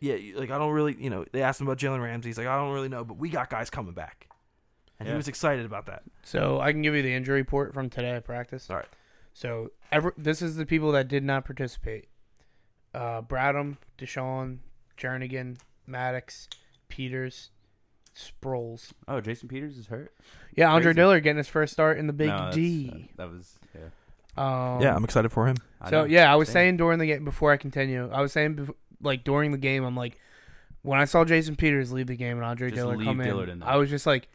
B: Yeah, you- like, I don't really, you know, they asked him about Jalen Ramsey. He's like, I don't really know, but we got guys coming back. And he
C: Yeah.
B: was excited about that.
A: So I can give you the injury report from today at practice.
B: All right.
A: So ever, this is the people that did not participate: uh, Bradham, Deshaun, Jernigan, Maddox, Peters, Sproles.
C: Oh, Jason Peters is hurt.
A: Yeah, Andre
C: Crazy.
A: Diller getting his first start in the Big
C: No, that's- uh,
A: D.
C: That, that was yeah.
A: Um,
B: yeah, I'm excited for him.
C: I
A: So
C: know.
A: yeah, I was
C: Same.
A: saying during the game before I continue, I was saying bef- like during the game, I'm like, when I saw Jason Peters leave the game and Andre
C: Just
A: Dillard
C: leave
A: come in,
C: Dillard in there.
A: I was just like,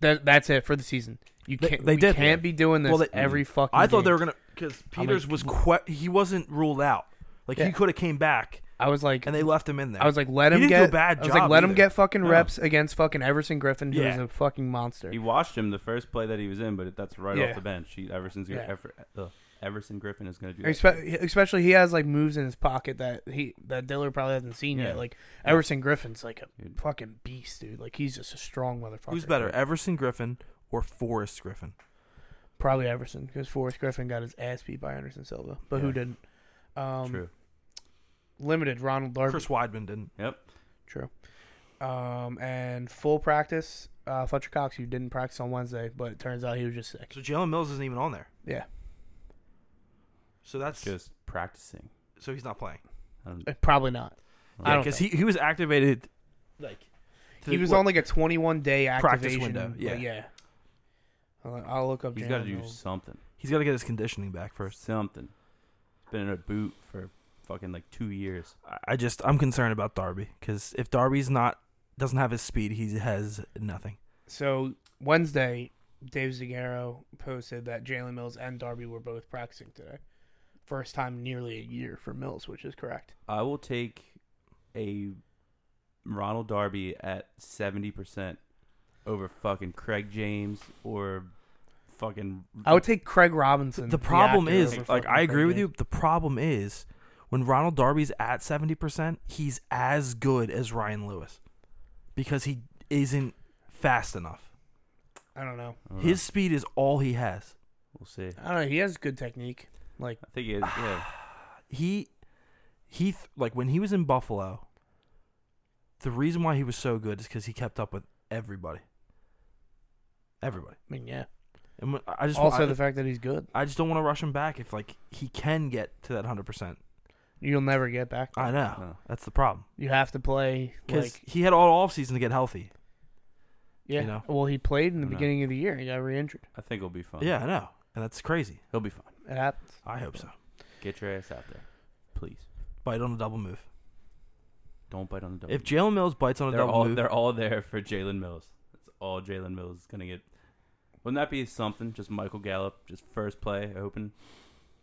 A: that that's it for the season. You
B: They-
A: can't.
B: they
A: we
B: did.
A: can't be doing this
B: Well, they-
A: every fucking.
B: I thought they
A: game.
B: were gonna because Peters
A: like,
B: was que- he wasn't ruled out. Like
A: Yeah.
B: he could have came back,
A: I was like,
B: and they left him in there.
A: I was like, let
B: He
A: him
B: didn't do
A: get.
B: a bad
A: I was
B: job
A: like, let him
B: either.
A: get fucking
C: No.
A: reps against fucking Everson Griffin, who is
B: Yeah.
A: a fucking monster.
C: He watched him the first play that he was in, but that's right
A: Yeah.
C: off the bench. He, Everson's
A: Yeah.
C: gonna, Ever, uh, Everson Griffin is going to do that.
A: Expe- especially he has like moves in his pocket that he that Dillard probably hasn't seen
C: Yeah.
A: yet. Like Everson Griffin's like a
C: Dude.
A: fucking beast, dude. Like he's just a strong motherfucker.
B: Who's better, Everson Griffin or Forrest Griffin?
A: Probably Everson because Forrest Griffin got his ass beat by Anderson Silva, but who
C: Yeah.
A: didn't? Um,
C: True.
A: Limited Ronald Darby.
B: Chris Weidman didn't.
C: Yep.
A: True. Um, and full practice. Uh, Fletcher Cox, who didn't practice on Wednesday, but it turns out he was just sick.
B: So Jalen Mills isn't even on there.
A: Yeah,
B: So that's
C: Just practicing.
B: so he's not playing.
C: I don't-
A: Uh, probably not. I
B: Yeah,
A: don't
B: because
A: think-
B: he, he was activated. Like
A: He was
B: what-
A: on like a 21 day
B: Practice
A: activation.
B: window,
A: like,
B: yeah.
A: yeah. I'll, I'll look up.
C: He's got to
A: Jalen
C: do
A: Mills.
C: something.
B: He's got to get his conditioning back first.
C: Something. He's been in a boot for fucking like two years.
B: I- I just I'm concerned about Darby because if Darby's not doesn't have his speed, he has nothing.
A: So Wednesday, Dave Zagaro posted that Jalen Mills and Darby were both practicing today. First time in nearly a year for Mills, which is correct.
C: I will take a Ronald Darby at seventy percent over fucking Craig James or fucking.
A: I would take Craig Robinson.
B: The problem
A: actor,
B: is
A: over
B: like
A: fucking
B: I
A: Craig
B: agree with
A: James.
B: you. The problem is when Ronald Darby's at seventy percent, he's as good as Ryan Lewis because he isn't fast enough.
A: I don't know.
C: I don't know.
B: His speed is all he has.
C: We'll see.
A: I don't know. He has good technique. Like
C: I think he is. Yeah.
B: he he th- like when he was in Buffalo, the reason why he was so good is because he kept up with everybody. Everybody,
A: I mean, yeah.
B: and when, I just
A: Also,
B: I,
A: the fact that he's good,
B: I just don't want to rush him back if like he can get to that hundred percent.
A: you'll never get back.
B: I know
A: Uh-huh.
C: Oh.
B: that's the problem
A: You have to play
B: because
A: like
B: he had all offseason to get healthy.
A: yeah.
B: know.
A: Well, he played in the
C: I know.
A: beginning of the year. He got re-injured.
C: I think he'll be
B: *sighs*
C: fine.
B: Yeah, I know, and that's crazy.
C: He'll be fine.
A: It happens.
B: I hope so.
C: Get your ass out there, please.
B: Bite on a double move.
C: Don't bite on the double.
B: If Jalen Mills bites on a
C: they're
B: double
C: all
B: move,
C: they're all there for Jalen Mills. That's all Jalen Mills is gonna get. Wouldn't that be something? Just Michael Gallup, just first play open,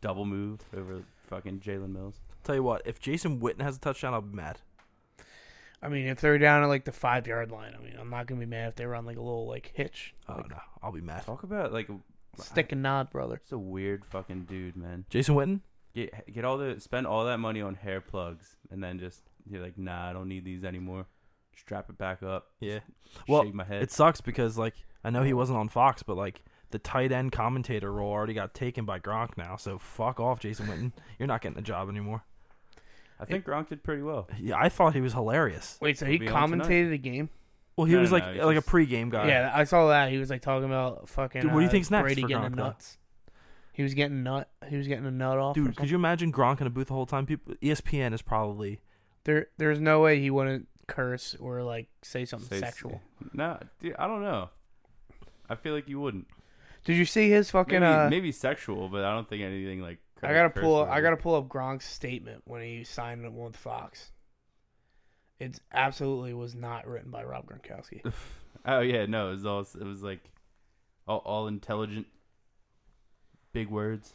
C: double move over fucking Jalen Mills.
B: tell you what, if Jason Witten has a touchdown, I'll be mad.
A: I mean, if they're down at like the five yard line, I mean, I'm not gonna be mad if they run like a little like hitch,
B: Oh
A: like,
B: no, I'll be mad.
C: Talk about like
A: stick and nod, brother.
C: It's a weird fucking dude, man.
B: Jason Witten,
C: Get get all the spend all that money on hair plugs, and then just you're like, nah, I don't need these anymore. Strap it back up.
B: Yeah.
C: Just
B: Well,
C: shake my head.
B: It sucks because like I know he wasn't on Fox, but like the tight end commentator role already got taken by Gronk now. So fuck off, Jason
C: *laughs*
B: Witten. You're not getting a job anymore.
C: I think Gronk did pretty well.
B: Yeah, I thought he was hilarious.
A: Wait, so he
C: Be on tonight.
A: commentated a game?
B: Well, he
C: No,
B: was
C: no,
B: like
C: no, he's
B: like
C: just-
B: a pregame guy.
A: Yeah, I saw that. He was like talking about fucking.
B: Dude, what do you
A: uh,
B: think's next
A: Brady
B: for
A: getting
B: Gronk, though?
A: nuts. He was getting nut. He was getting a nut off. or
B: Dude, could
A: something.
B: you imagine Gronk in a booth the whole time? E People, ESPN is probably
A: there, there's no way he wouldn't curse or like say something
C: Say-
A: sexual.
C: Nah, dude, I don't know. I feel like you wouldn't.
A: Did you see his fucking?
C: Maybe,
A: uh,
C: maybe sexual, but I don't think anything like.
A: I gotta
C: curse
A: pull. Up,
C: words.
A: I gotta pull up Gronk's statement when he signed up with Fox. It absolutely was not written by Rob Gronkowski.
C: Oh yeah, no, it was all it was like all, all intelligent, big words.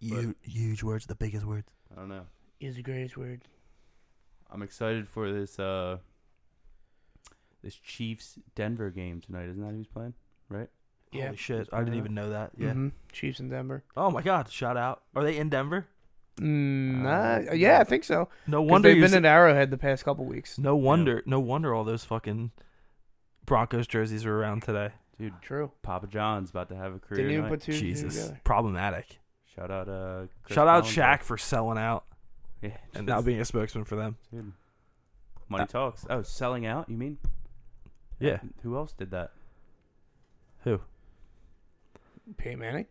B: huge, huge words, the biggest words.
C: I don't know.
A: Is the greatest word.
C: I'm excited for this uh this Chiefs Denver game tonight. Isn't that who's playing? Right?
A: Yeah.
B: Holy shit, I didn't even know that. Yeah. Uh,
A: Mhm. Mm-hmm. Chiefs in Denver.
B: Oh my god, shout out. Are they in Denver?
A: Mm, uh, yeah, I think so. 'Cause
B: No wonder
A: they've
B: you
A: been
B: see-
A: at Arrowhead the past couple weeks.
B: No wonder. No wonder all those fucking Broncos jerseys were around today.
C: dude.
A: True.
C: Papa John's about to have a career
A: Didn't even
C: night.
A: put two and two
B: Jesus,
A: together.
B: problematic.
C: Shout out, uh, Chris
B: Shout out
C: Collins.
B: Shaq for selling out
C: Yeah,
B: and
C: just-
B: not being a spokesman for them.
C: dude. Money talks. Oh, selling out. You mean?
B: Yeah.
C: Who else did that?
B: Who?
A: Peyton Manning.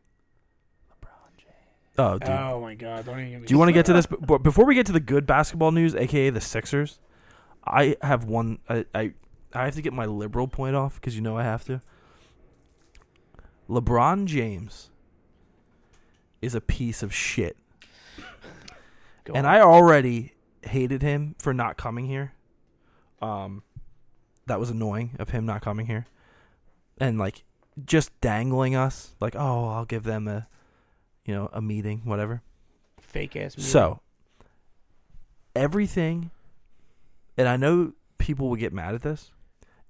C: LeBron James.
B: Oh, dude.
A: Oh my God! Don't even. Get me
B: Do you want to get to
A: started.
B: this? But before we get to the good basketball news, aka the Sixers, I have one. I I, I have to get my liberal point off because you know I have to. LeBron James is a piece of shit,
A: Go
B: and
A: on.
B: I already hated him for not coming here. Um, that was annoying of him not coming here, and like just dangling us like, oh, I'll give them a, you know, a meeting, whatever.
A: fake ass. mute.
B: So everything and I know people will get mad at this.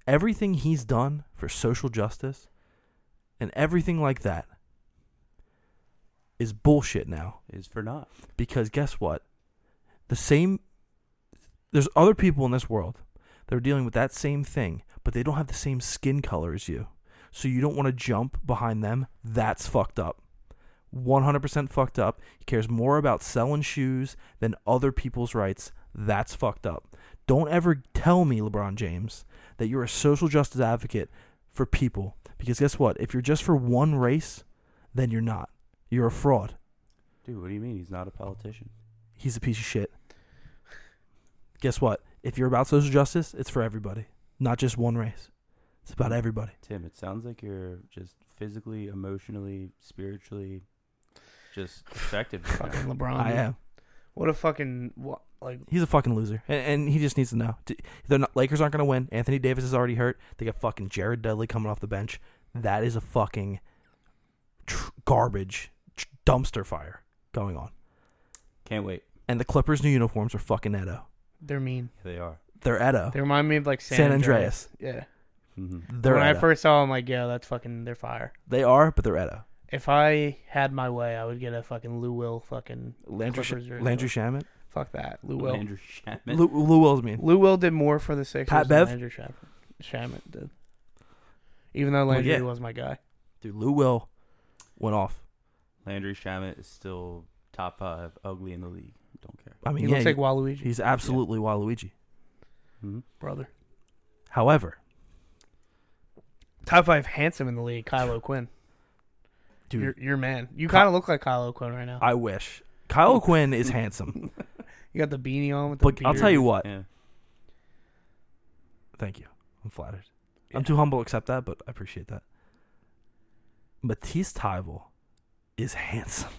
B: Everything he's done for social justice and everything like that is bullshit now
C: Is for not.
B: because guess what? The same there's other people in this world that are dealing with that same thing, but they don't have the same skin color as you. So you don't want to jump behind them. That's fucked up. 100% fucked up. He cares more about selling shoes than other people's rights. That's fucked up. Don't ever tell me, LeBron James, that you're a social justice advocate for people. Because guess what? If you're just for one race, then you're not. You're a fraud.
C: Dude, what do you mean? He's not a politician.
B: He's a piece of shit. Guess what? If you're about social justice, it's for everybody, not just one race. It's about everybody.
C: Tim, it sounds like you're just physically, emotionally, spiritually,
A: *sighs*
C: just affected. right
A: fucking
C: now.
A: LeBron.
B: *laughs* I
A: dude.
B: am.
A: What a fucking what, like.
B: He's a fucking loser, and, and he just needs to know. D- They're not Lakers aren't gonna win. Anthony Davis is already hurt. They got fucking Jared Dudley coming off the bench. That is a fucking tr- garbage tr- dumpster fire going on.
C: Can't wait.
B: And the Clippers' new uniforms are fucking Edo.
A: They're mean.
C: They are.
B: They're Edo.
A: They remind me of like San,
B: Oh. San Andreas.
A: Yeah.
C: hmm
B: They're
A: when I
B: Edo.
A: first saw them, like, yeah, that's fucking. They're fire.
B: they are, but they're Edo.
A: If I had my way, I would get a fucking Lou Will fucking
B: Landry, Sh-
A: Clippers jersey.
B: Landry Shamet.
A: Fuck that, Lou Will.
C: Andrew Shatman.
B: Lou, Lou Will's mean.
A: Lou Will did more for the Sixers
B: Pat
A: than
B: Bev?
A: Landry Shamet, Shamet did. Even though
B: Well,
A: Landry
B: yeah.
A: was my guy.
B: Dude, Lou Will went off.
C: Landry Shamet is still top five, ugly in the league. Don't care.
B: I mean,
A: He
B: yeah,
A: looks like Waluigi,
B: he's absolutely Waluigi.
C: hmm
A: brother.
B: However,
A: Top five handsome in the league, Kylo Quinn.
B: dude,
A: Your, your man. You
B: Ky-
A: kind of look like Kylo Quinn right now.
B: I wish
A: *laughs*
B: Kyle Quinn is handsome,
A: You got the beanie on with the
B: but I'll
A: beard.
B: tell you what.
C: Yeah.
B: Thank you. I'm flattered.
A: Yeah.
B: I'm too humble to accept that, but I appreciate that. Matisse Tybel is handsome.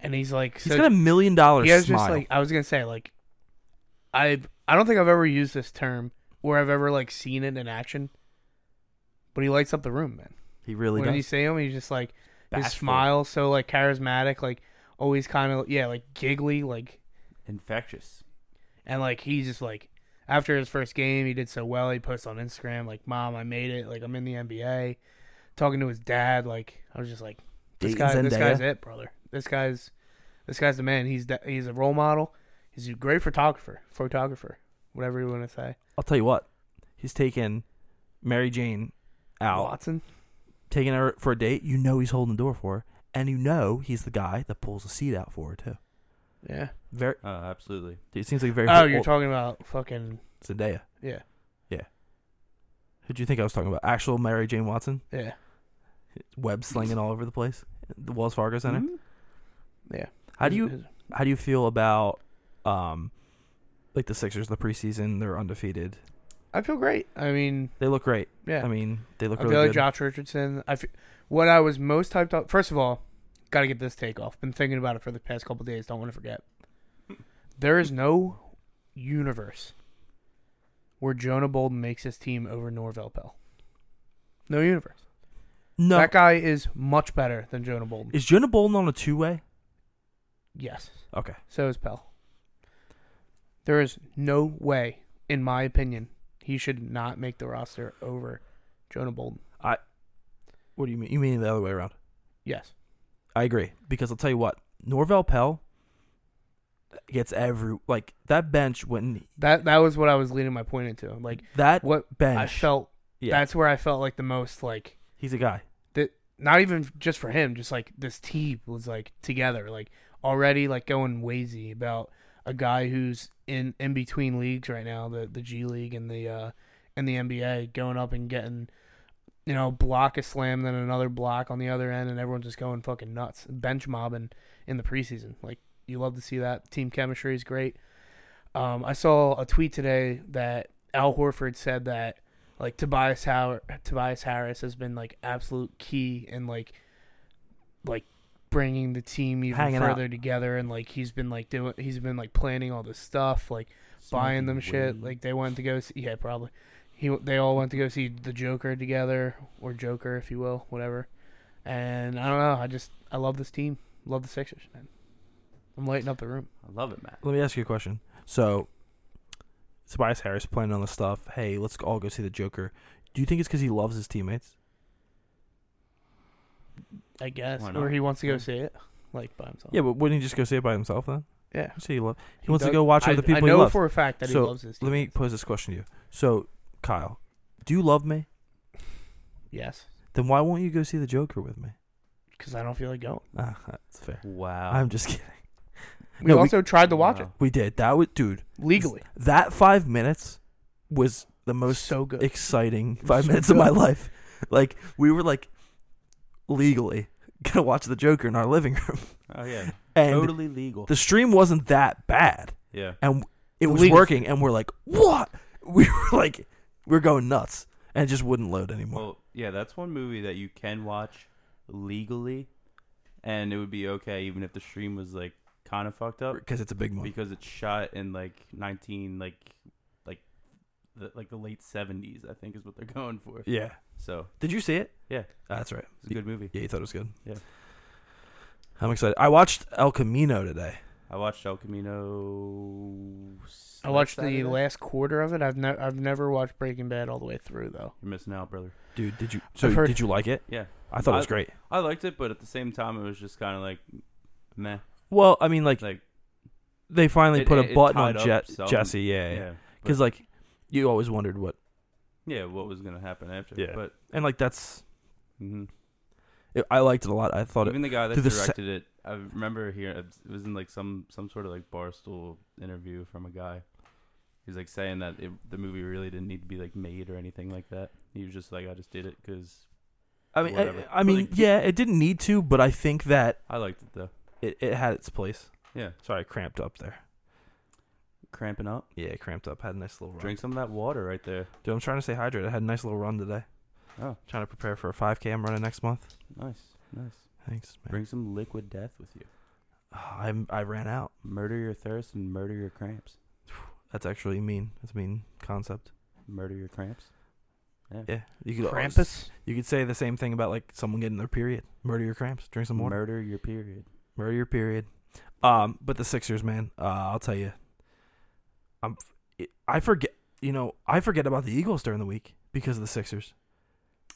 A: and he's like,
B: He's
A: such-
B: got a million dollar
A: he has
B: Oh, smile.
A: just like I was gonna say like, I I don't think I've ever used this term or I've ever like seen it in action. But he lights up the room, man.
B: he really
A: when you
B: does.
A: see him, he's just like his
B: Bashful.
A: smile, so like charismatic, like always kind of yeah, like giggly, like
C: Infectious.
A: and like he's just like after his first game, he did so well. He posted on Instagram like, "Mom, I made it! Like I'm in the NBA." Talking to his dad, like I was just like, "This
B: Dayton
A: guy, this
B: Zendaya.
A: guy's it, brother. This guy's, this guy's the man. He's the, he's a role model. He's a great photographer, photographer, whatever you want to say."
B: I'll tell you what. He's taking Mary Jane out.
A: Watson,
B: taking her for a date, you know he's holding the door for her, and you know he's the guy that pulls the seat out for her too.
A: yeah.
B: Very,
C: Oh, absolutely.
B: it seems like very.
A: Oh, you're
B: old-
A: talking about fucking
B: Zendaya.
A: yeah,
B: Who do you think I was talking about? Actual Mary Jane Watson,
A: yeah,
B: web slinging all over the place, the Wells Fargo Center.
C: Mhm.
A: Mm-hmm. yeah. Mm-hmm.
B: How do
A: His-
B: you
A: his-
B: how do you feel about um, like the Sixers in the preseason? They're undefeated.
A: I feel great. I mean,
B: They look great.
A: yeah.
B: I mean, they look
A: I
B: really
A: feel like
B: good.
A: Josh Richardson. I fe- what I was most hyped up. First of all, got to get this take off. Been thinking about it for the past couple days. Don't want to forget. There is no universe where Jonah Bolden makes his team over Norvell Pell. No universe.
B: no,
A: That guy is much better than Jonah Bolden.
B: is Jonah Bolden on a two way?
A: yes.
B: Okay,
A: So is Pell. There is no way, in my opinion, he should not make the roster over Jonah Bolden.
B: what do you mean? You mean the other way around?
A: Yes.
B: I agree because I'll tell you what, Norvell Pell gets every like that bench when
A: That that was what I was leading my point into. Like
B: that
A: what
B: bench.
A: I felt.
B: Yeah.
A: That's where I felt like the most like
B: he's a guy.
A: that. Not even just for him, just like this team was like together, like already like going wazy about a guy who's in in between leagues right now, the the G League and the uh and the NBA, going up and getting you know block a slam, then another block on the other end, and everyone's just going fucking nuts, bench mobbing in the preseason. Like you love to see that team chemistry is great. Um, I saw a tweet today that Al Horford said that like Tobias Howard, Tobias Harris has been like absolute key in like like bringing the team even
B: Hanging out.
A: further together, and like he's been like doing, he's been like planning all this stuff, like buying them shit. Like they went to go see, yeah, probably. He they all went to go see the Joker together, or Joker, if you will, whatever. And I don't know. I just I love this team. Love the Sixers, man. I'm lighting up the room.
C: I love it, Matt.
B: Let me ask you a question. So, Tobias Harris playing on the stuff. Hey, let's all go see the Joker. Do you think it's because he loves his teammates?
A: I guess,
C: Why
A: or
C: not?
A: he wants to go
C: Yeah.
A: see it like by himself.
B: Yeah, but wouldn't he just go see it by himself then?
A: yeah.
B: See, he, lo- he, wants to
A: does-
B: go watch
A: I,
B: with the people
A: I
B: he
A: know
B: loves.
A: for a fact that
B: So,
A: he loves this.
B: Let me
A: team.
B: pose this question to you. So, Kyle, do you love me?
A: Yes,
B: Then why won't you go see the Joker with me? *laughs*
A: because I don't feel like going.
B: Ah, that's fair.
C: Wow.
B: I'm just kidding.
A: We
B: No, we-
A: also tried to watch
C: Wow.
B: We did that. Was dude.
A: it legally.
B: That five minutes was the most
A: so good.
B: exciting
A: was
B: five
A: so
B: minutes of
A: good.
B: my life. Like we were like legally gonna watch the Joker in our living room, *laughs*
C: Oh yeah.
B: and
C: totally legal.
B: the stream wasn't that bad,
C: yeah.
B: and it
A: The
B: was
A: league-
B: working. And we're like, what? *laughs* We were like, we are going nuts, and it just wouldn't load anymore.
C: Well, yeah, that's one movie that you can watch legally, and it would be okay even if the stream was like kind of fucked up
B: because it's a big one.
C: because it's shot in like 19 like like the, like the late 70s I think is what they're *laughs* going for.
B: Yeah.
C: So
B: Did you see it? Ah,
C: Yeah. uh,
B: That's right.
C: it's a good movie.
B: Yeah, you thought it was good.
C: Yeah.
B: I'm excited. I watched El Camino today.
C: I watched El Camino. s-
A: I watched
C: Saturday?
A: the last quarter of it. I've never I've never watched Breaking Bad all the way through though.
C: You're missing out, brother.
B: Dude, did you? So
A: I've heard-
B: did you like it?
C: Yeah,
B: I thought it was
C: I-
B: great.
C: I liked it, but at the same time, it was just kind of like meh.
B: Well, I mean, like
C: Like
B: they finally
C: It-
B: put
C: it-
B: a
C: it
B: button on
C: tied up
B: Jet
C: some-
B: Jesse. Yeah, yeah.
C: yeah, but-
B: Because like you always wondered what,
C: yeah, what was gonna happen after?
B: Yeah.
C: but
B: and like that's
C: mhm.
B: it, I liked it a lot. I thought it.
C: even the guy that
B: to the se-
C: directed it, I remember hearing it was in like some some sort of like barstool interview from a guy. He's like saying that it, the movie really didn't need to be like made or anything like that. He was just like, I just did it because
B: I mean, I,
C: whatever.
B: I mean,
C: Like-
B: yeah, it didn't need to, but I think that
C: I liked it though.
B: it, it had its place.
C: Yeah,
B: Sorry, I cramped up there.
C: cramping up.
B: Yeah, I cramped up. Had a nice little run.
C: Drink some of that water right there.
B: Dude, I'm trying to stay hydrated. I had a nice little run today.
C: Oh.
B: Trying to prepare for a 5K I'm running next month.
C: Nice, nice.
B: Thanks, man. Ah,
C: Bring some liquid death with you.
B: I'm, I ran out.
C: Murder your thirst and murder your cramps.
B: That's actually mean. That's a mean concept.
C: Murder your cramps.
B: Yeah. You could always-
A: Krampus.
B: you could say the same thing about like someone getting their period. Murder your cramps. Drink some water.
C: Murder your period.
B: Murder your period. Um, but the Sixers, man, uh, I'll tell you, I'm it- I forget. You know, I forget about the Eagles during the week because of the Sixers.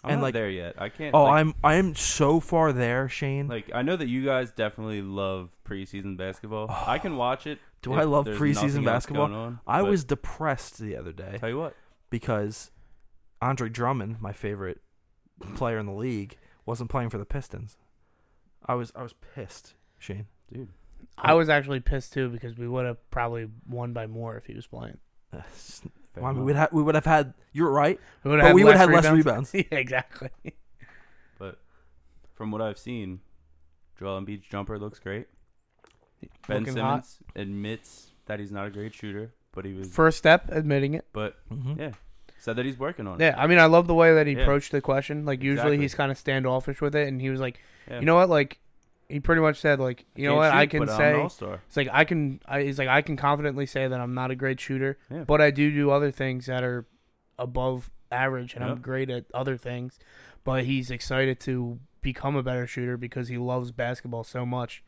C: I'm
B: And,
C: not
B: like-
C: there yet. I can't.
B: Oh,
C: like,
B: I'm I am so far there, Shane.
C: Like I know that you guys definitely love
A: *sighs*
C: preseason basketball. I can watch it.
B: Do
C: if
B: I love
C: there's
B: preseason
C: nothing else
B: basketball?
C: going on,
B: I
C: but
B: was depressed the other day
C: tell you what.
B: because Andre Drummond, my favorite player in the league, wasn't playing for the Pistons. I was I was pissed, Shane. *sighs*
A: I was actually pissed too because we would have probably won by more if he was playing.
B: Uh, s-
C: fair
B: well, I mean,
C: enough.
B: we'd ha- we would have had. You're right.
A: We would
B: But
A: have
B: we
A: less
B: would've had less
A: rebounds. *laughs* yeah, exactly.
C: *laughs* But from what I've seen, Joel Embiid's jumper looks great. Ben
A: Looking hot.
C: Simmons admits that he's not a great shooter, but he was.
A: First step, admitting it.
C: but
B: Mm-hmm.
C: yeah, said that he's working on it.
A: Yeah, I mean, I love the way that he
C: Yeah.
A: approached the question. Like usually
C: Exactly.
A: he's kind of standoffish with it, and he was like,
C: Yeah.
A: "You know what? Like, he pretty much said like, you know
C: Can't
A: what? I
C: shoot,
A: can
C: but uh, I'm an
A: say
C: all-star.
A: it's like I can. I, he's like I can confidently say that I'm not a great shooter,
C: Yeah.
A: but I do do other things that are above average, and
C: Yeah.
A: I'm great at other things. But he's excited to become a better shooter because he loves basketball so much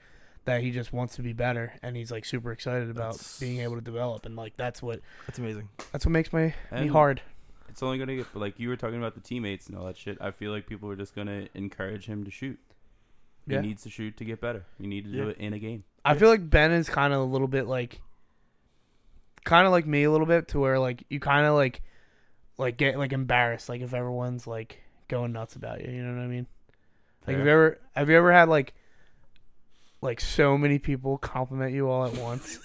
A: that he just wants to be better, and he's like super excited about
B: That's-
A: being able to develop, and like that's what
B: That's amazing.
A: that's what makes my me
C: And-
A: hard.
C: It's only going to get like you were talking about the teammates and all that shit. I feel like people are just going to encourage him to shoot.
A: Yeah.
C: He needs to shoot to get better. You need to do
B: Yeah.
C: it in a game.
A: I feel like Ben is kind of a little bit like, kind of like me a little bit to where like you kind of like, like get like embarrassed like if everyone's like going nuts about you. You know what I mean? Like have you
C: Fair.
A: ever have you ever had like, like so many people compliment you all at
B: *laughs*
A: once,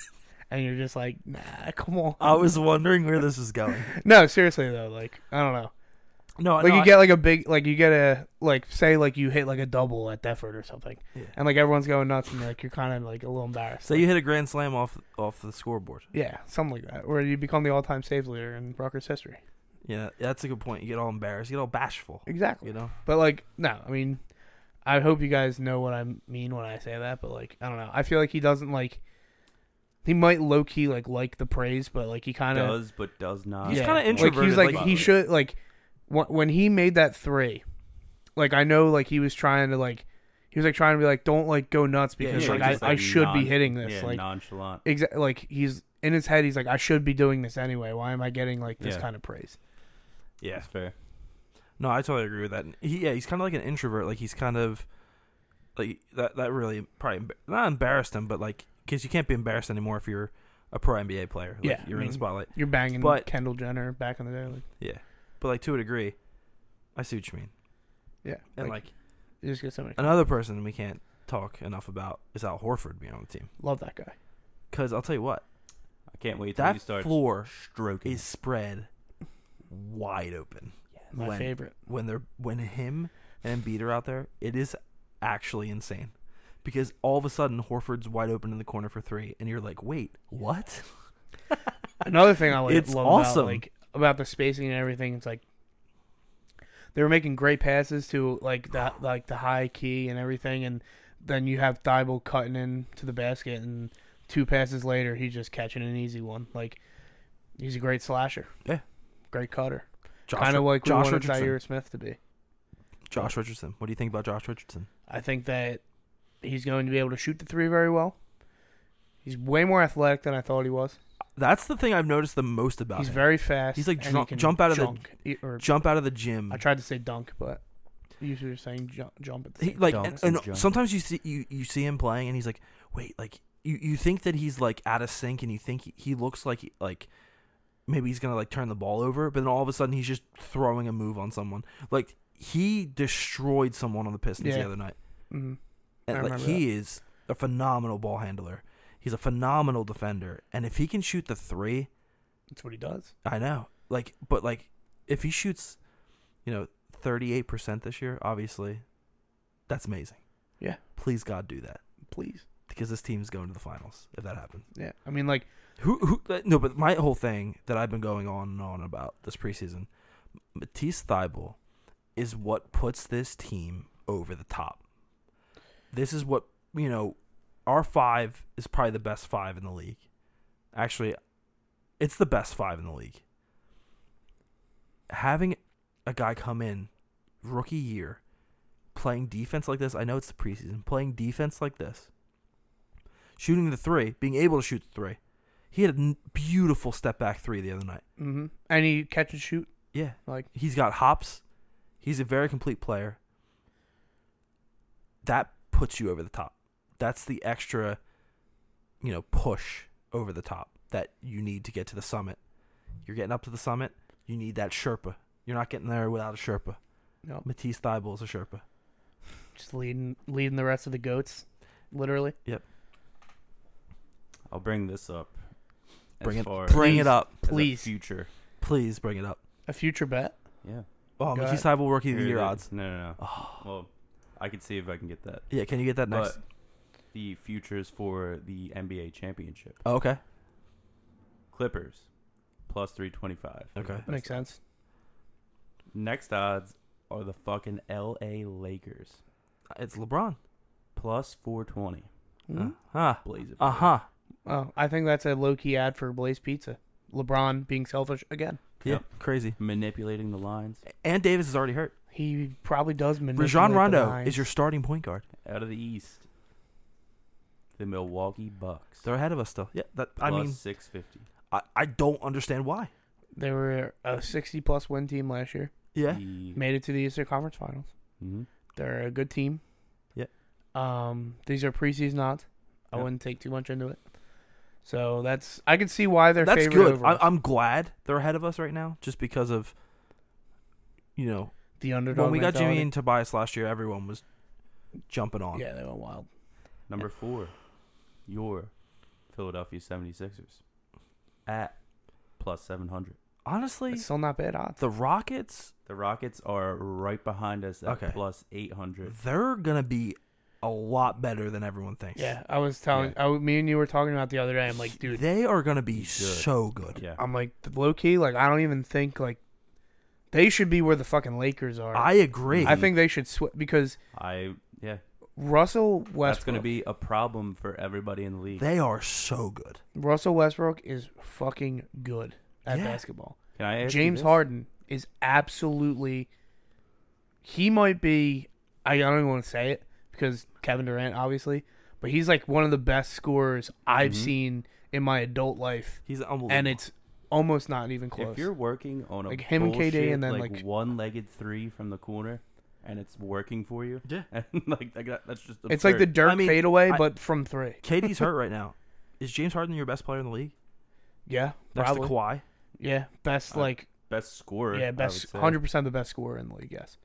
A: and you're just like, nah, come on.
B: I was wondering where this was going.
A: No, seriously though, like I don't know.
B: No,
A: Like
B: no,
A: you
B: I-
A: get like a big like you get a like say like you hit like a double at Defford or something,
B: Yeah.
A: and like everyone's going nuts and like you're kind of like a little embarrassed.
B: So you hit a grand slam off off the scoreboard.
A: Yeah, something like that. Where you become the all time saves leader in Rutgers history.
B: Yeah, that's a good point. You get all embarrassed, you get all bashful.
A: Exactly.
B: You know,
A: But like, no, I mean, I hope you guys know what I mean when I say that. But like, I don't know. I feel like he doesn't like. He might low key like like the praise, but like he kind of
C: does but does not.
B: He's kinda
A: Like he's
B: introverted,
A: like,
B: like-
A: he should like wh- when he made that three. Like I know, like he was trying to like he was like trying to be like don't like go nuts
B: Yeah,
A: because
B: yeah,
A: like,
C: just,
A: I, I should
C: non-
A: be hitting this
C: yeah,
A: like
C: nonchalant.
A: exactly like he's in his head he's like I should be doing this anyway. Why am I getting like this
C: Yeah.
A: kind of praise?
B: yeah.
C: That's fair.
B: No, I totally agree with that. And He, yeah, he's kind of like an introvert. Like he's kind of like that. That really probably embar- not embarrassed him, but like because you can't be embarrassed anymore if you're a pro NBA player. Like,
A: Yeah, I
B: you're in
A: mean-
B: the spotlight.
A: You're banging
B: But-
A: Kendall Jenner back in the day. Like,
B: Yeah, but like to a degree, I see what you mean.
A: yeah.
B: And like,
A: you just get so many.
B: another person we can't talk enough about is Al Horford being on the team.
A: Love that guy.
B: Because I'll tell you what,
C: I can't wait till he
B: that
C: starts
B: floor
C: stroking.
B: is spread wide open.
A: My
B: When-
A: favorite.
B: when they're when him and Embiid are out there, it is actually insane. Because all of a sudden Horford's wide open in the corner for three, and you're like, wait, what?
A: Another thing I like,
B: It's
A: love
B: awesome.
A: about like about the spacing and everything. It's like they were making great passes to like
B: *sighs*
A: the like the high key and everything, and then you have Thibault cutting in to the basket, and two passes later he's just catching an easy one. Like he's a great slasher.
B: Yeah.
A: great cutter.
B: Josh,
A: Kind of like we
B: Josh
A: wanted
B: Richardson.
A: Zaire Smith to be.
B: Josh Richardson. What do you think about Josh Richardson?
A: I think that he's going to be able to shoot the three very well. He's way more athletic than I thought he was.
B: That's the thing I've noticed the most about
A: He's
B: him.
A: very fast.
B: He's like
A: and he
B: drunk-
A: can
B: jump out of the-
A: junk, e- or
B: Jump out of the gym.
A: I tried to say dunk, but you were saying jump, jump at the
B: he,
A: same
B: like
C: Jump,
B: and,
C: some
B: and
C: jump.
B: sometimes you see you, you see him playing and he's like wait like you, you think that he's like out of sync and you think he, he looks like he, like maybe he's gonna like turn the ball over but then all of a sudden he's just throwing a move on someone like he destroyed someone on the Pistons the
A: Yeah.
B: other night
A: Mhm. I
B: and like
A: remember
B: he is a phenomenal ball handler he's a phenomenal defender and if he can shoot the three
A: That's what he does.
B: I know. Like, but like, if he shoots, you know, thirty eight percent this year, obviously, that's amazing.
A: Yeah.
B: Please God do that
A: Please.
B: because this team's going to the finals if that happens.
A: Yeah. I mean, like,
B: Who? Who? uh, No, but my whole thing that I've been going on and on about this preseason, Matisse Thybulle, is what puts this team over the top. This is what you know. Our five is probably the best five in the league. Actually, it's the best five in the league. Having a guy come in rookie year, playing defense like this. I know it's the preseason. Playing defense like this, shooting the three, being able to shoot the three. He had a n- beautiful step back three the other night.
A: mm-hmm. and he catch and shoot.
B: Yeah,
A: Like,
B: he's got hops. He's a very complete player. That puts you over the top. That's the extra, you know, push over the top that you need to get to the summit. You're getting up to the summit. You need that Sherpa. You're not getting there without a Sherpa.
A: Nope.
B: Matisse Thybulle is a Sherpa.
A: just leading leading the rest of the goats, literally.
C: I'll bring this up. as
B: Bring it,
C: far as
B: bring
A: Please.
B: it up,
C: the
A: Please.
C: future.
B: please bring it up.
A: A future bet.
C: Yeah.
B: Oh,
A: Go
B: Matisse Thybulle rookie of the
C: Here
B: year
C: it is.
B: odds.
C: No, no, no. Well, I could see if I can get that.
B: Yeah, can you get that next?
C: But the futures for the NBA championship:
B: oh, okay,
C: Clippers plus three twenty-five.
B: okay.
A: Makes sense.
C: Next odds are the fucking L.A. Lakers
B: It's LeBron.
C: plus four twenty.
A: Mhm.
B: Huh.
C: Blaze it.
B: Uh huh.
A: Oh, I think that's a low key ad for Blaze Pizza. LeBron being selfish again.
B: Yeah,
C: Yep.
B: crazy.
C: Manipulating the lines
B: And Davis is already hurt.
A: He probably does manipulate.
B: Rajon
A: the
B: Rondo
A: lines.
B: is your starting point guard.
C: out of the East. The Milwaukee Bucks.
B: They're ahead of us still. Yeah, that I mean,
C: six fifty.
B: I, I don't understand why.
A: They were a sixty plus win team last year.
B: Yeah,
A: Made it to the Eastern Conference Finals.
C: Mm-hmm.
A: They're a good team.
B: Yep.
A: Um, these are preseason odds. I
B: Yeah.
A: wouldn't take too much into it. So that's I can see why they're
B: That's
A: favored
B: good.
A: over
B: I,
A: us.
B: I'm glad they're ahead of us right now, just because of you know
A: the underdog.
B: when we got Jimmy
A: mentality.
B: and Tobias last year, everyone was jumping on.
A: yeah, they went wild.
C: Number four, your Philadelphia 76ers at plus 700.
B: Honestly,
A: It's still not bad odds.
B: the Rockets
C: The Rockets are right behind us at
B: Okay.
C: plus 800.
B: they're gonna be a lot better than everyone thinks.
A: Yeah, I was telling I, me and you were talking about the other day. I'm like, dude,
B: they are gonna be
C: Good.
B: so good.
C: Yeah.
A: I'm like low key. Like I don't even think like they should be where the fucking Lakers are.
B: I agree.
A: I think they should switch because
C: I yeah,
A: Russell
C: that's going to
A: Westbrook.
C: be a problem for everybody in the league.
B: they are so good.
A: Russell Westbrook is fucking good at
B: Yeah.
A: basketball.
C: Can I ask you
A: James
C: this?
A: Harden is absolutely. He might be. I don't even want to say it because Kevin Durant, obviously, but he's like one of the best scorers I've
C: Mm-hmm.
A: seen in my adult life,
B: He's unbelievable.
A: and it's almost not even close.
C: If you're working on a
A: Like him and KD
C: bullshit,
A: and then,
C: like,
A: like-
C: one-legged three from the corner, and it's working for you,
B: Yeah.
C: *laughs* and like that- that- that's just absurd.
A: it's like the Dirk
B: I mean,
A: fadeaway,
B: I-
A: but from three.
B: KD's hurt right now. Is James Harden your best player in the league?
A: Yeah,
B: Next
A: probably.
B: to Kawhi.
A: Yeah, best like
C: best scorer. I
A: yeah,
C: would
A: best
C: say.
A: hundred percent the best scorer in the league. Yes.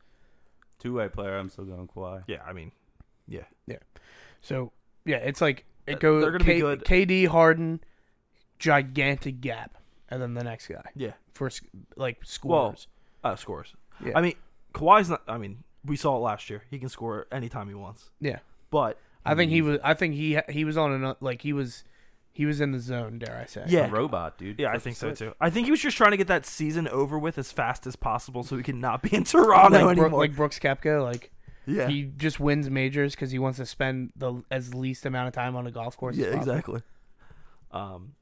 C: two-way player. I'm still going Kawhi.
B: Yeah, I mean, yeah.
A: So yeah, it's like
B: Uh,
A: it goes.
B: they're gonna be good.
A: KD Harden, gigantic gap, and then the next guy
B: Yeah.
A: for s- like scores.
B: Well, uh, scores.
A: Yeah.
B: I mean, Kawhi's not. I mean, we saw it last year. He can score anytime he wants.
A: yeah,
B: But
A: I think he
B: mm.
A: was. I think he he was on an like he was he was in the zone. Dare I say?
B: yeah,
C: A robot, dude.
B: yeah, I
C: That's
B: think so
C: absurd.
B: too. I think he was just trying to get that season over with as fast as possible, so he could not be in Toronto
A: like, Bro-
B: anymore.
A: like Brooks Koepka, like
B: yeah,
A: he just wins majors because he wants to spend the as least amount of time on a golf course. as
B: yeah,
A: possible.
B: exactly. Um,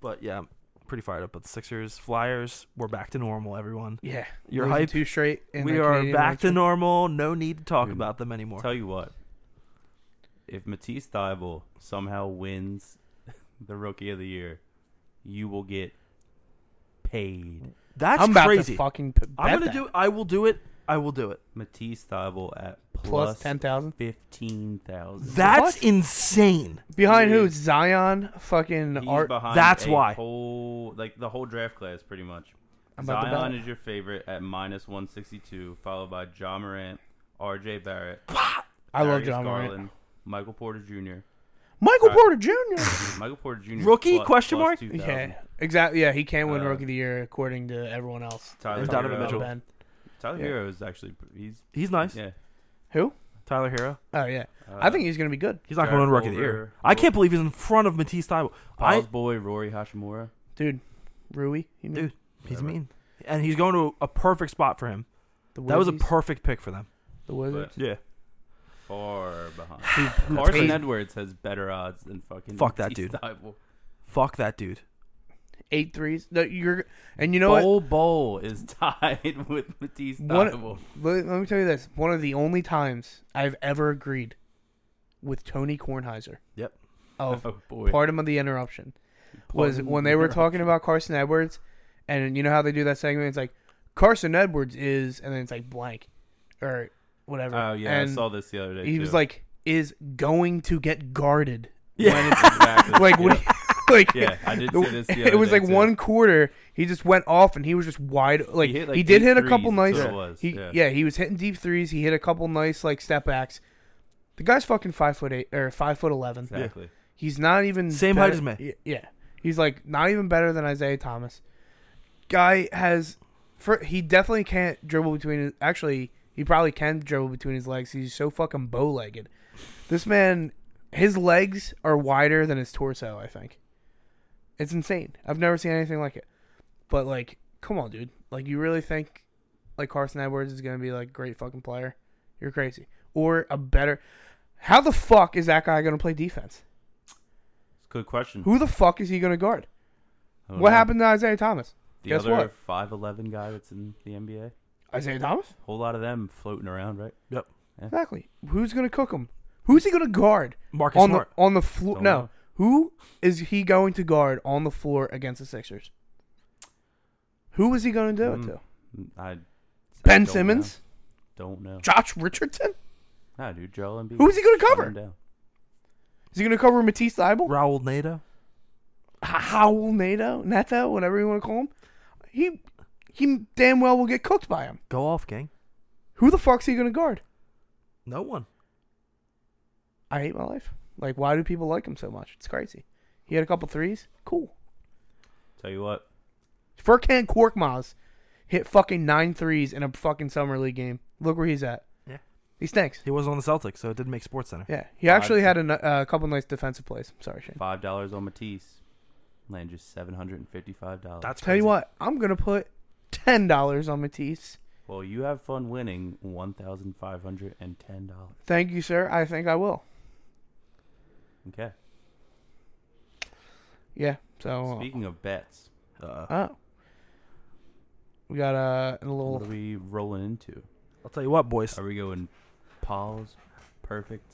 B: but yeah, I'm pretty fired up with the Sixers, Flyers. We're back to normal, everyone.
A: Yeah,
B: You're
A: losing
B: hype.
A: Two straight. in
B: we
A: the
B: are
A: Canadian
B: back to
A: Open.
B: normal. No need to talk
C: Dude,
B: about them anymore.
C: Tell you what, if Matisse Thybulle somehow wins *laughs* the Rookie of the Year, you will get paid.
B: That's
A: I'm about
B: crazy.
A: to fucking. P- bet
B: I'm gonna
A: that.
B: do. I will do it. I will do it.
C: Matisse Thybulle at
A: plus ten thousand.
C: fifteen thousand.
B: That's
A: What?
B: insane.
A: Behind who?
C: Dude.
A: Zion, fucking
C: He's
A: Art.
C: behind
B: that's
C: a
B: why.
C: whole like the whole draft class pretty much.
A: I'm about to
C: Zion
A: bet.
C: is your favorite at minus one sixty two, followed by John Morant, R.J. Barrett,
A: I love
C: Darius
A: John Morant.
C: Garland, Michael Porter Jr.
A: Michael
C: Uh,
A: Porter
C: *laughs*
A: Jr.
C: Michael Porter Jr.
B: Rookie,
C: plus-
B: question
C: plus
B: mark?
C: 2,000.
A: yeah, exactly. Yeah, he can win
C: Uh,
A: Rookie of the Year according to everyone else.
C: Tyler
A: They're
B: Donovan
A: talking about
B: Mitchell.
A: Ben.
C: Tyler
A: Yeah.
C: Hero is actually he's
B: He's nice.
C: yeah.
A: Who?
B: Tyler Hero.
A: Oh yeah,
C: Uh,
A: I think he's gonna be good,
B: He's not
C: Jared
B: going to rookie of the year.
C: Culver.
B: I can't believe he's in front of Matisse Thybulle.
C: Paul's
B: I
C: boy Rory Hashimura.
A: dude. Rui, you mean
B: dude, he's
C: Whatever.
B: mean, and he's going to a perfect spot for him.
A: the
B: That was a
A: Wizzies?
B: perfect pick for them.
A: the Wizards.
C: but-
B: Yeah,
C: Far behind.
A: Who- who
C: *sighs* Carson
A: paid
C: Edwards has better odds than fucking
B: Fuck that
C: Matisse
B: dude.
C: Thybulle.
B: fuck that dude.
A: eight threes? No, you're and you know what?
C: Bowl Bowl is *laughs* tied with Matisse
A: What-
C: Thybulle.
A: Let, let me tell you this: one of the only times I've ever agreed with Tony Kornheiser
B: Yep.
A: of
C: *laughs* Oh boy.
A: Pardon the interruption. Was when they were talking about Carson Edwards, and you know how they do that segment? It's like Carson Edwards is, and then it's like blank, or whatever.
C: Oh yeah,
A: and
C: I saw this the other day.
A: He was
C: too.
A: like, is going to get guarded. *laughs*
C: When it's *laughs* exactly-
A: Like what? do
C: Yeah.
A: you- *laughs* like
C: Yeah, I did see this. The other
A: *laughs* it was
C: day,
A: like
C: too.
A: one quarter. He just went off, and he was just wide. Like he,
C: hit, like,
A: did
C: deep
A: hit a couple
C: threes,
A: nice.
C: is what it was,
A: he-
C: yeah.
A: yeah, he was hitting deep threes. He hit a couple nice like step backs. The guy's fucking five foot eight or five foot eleven.
C: Exactly.
A: He's not even
B: Same height
A: better,
B: as me.
A: y- Yeah, he's like not even better than Isaiah Thomas. Guy has, for, he definitely can't dribble between. His, actually, he probably can dribble between his legs. He's so fucking bow legged. This man, his legs are wider than his torso. I think it's insane. I've never seen anything like it. But like, come on, dude. Like, you really think like Carson Edwards is gonna be like a great fucking player? You're crazy. Or a better. How the fuck is that guy gonna play defense?
C: It's a good question.
A: Who the fuck is he going to guard?
C: I don't
A: What
C: know.
A: happened to Isaiah Thomas?
C: The
A: Guess
C: other
A: what?
C: five eleven guy that's in the NBA.
A: Isaiah Thomas?
C: Whole lot of them floating around, right?
B: Yep.
A: Exactly. Who's going to cook him? Who's he going to guard
B: Marcus
A: on the
B: Smart.
A: on the floor?
C: Don't
A: No.
C: know.
A: Who is he going to guard on the floor against the Sixers? Who is he going to do
C: Mm,
A: it to?
C: I. I
A: Ben
C: don't
A: Simmons?
C: Know. Don't know.
A: Josh Richardson?
C: Nah, dude, Joel Embiid.
A: Who is he gonna
C: Shut
A: cover?
C: him down.
A: Is he going to cover Matisse Thybul?
B: Raul Nato.
A: Howell Nato? Nato? Whatever you want to call him. He, he damn well will get cooked by him.
B: Go off, gang.
A: Who the fuck's he going to guard?
B: No one.
A: I hate my life. Like, why do people like him so much? It's crazy. He had a couple threes. Cool.
C: Tell you what,
A: Furkan Korkmaz hit fucking nine threes in a fucking summer league game. Look where he's at.
B: Yeah.
A: He stinks.
B: He wasn't on the Celtics, so it didn't make Sports Center.
A: Yeah. He actually had a n- uh, couple nice defensive plays. Sorry, Shane.
C: five dollars on Matisse, land just seven hundred and fifty-five dollars.
B: That's
A: Tell you
B: crazy.
A: what, I'm gonna put ten dollars on Matisse.
C: well, you have fun winning one thousand five hundred and ten dollars.
A: Thank you, sir. I think I will.
C: Okay.
A: Yeah. So.
C: Speaking of bets,
B: Uh,
A: Uh, oh. We got uh, a
C: what are
A: little.
C: we rolling into?
B: I'll tell you what, boys.
C: Are we going Paul's perfect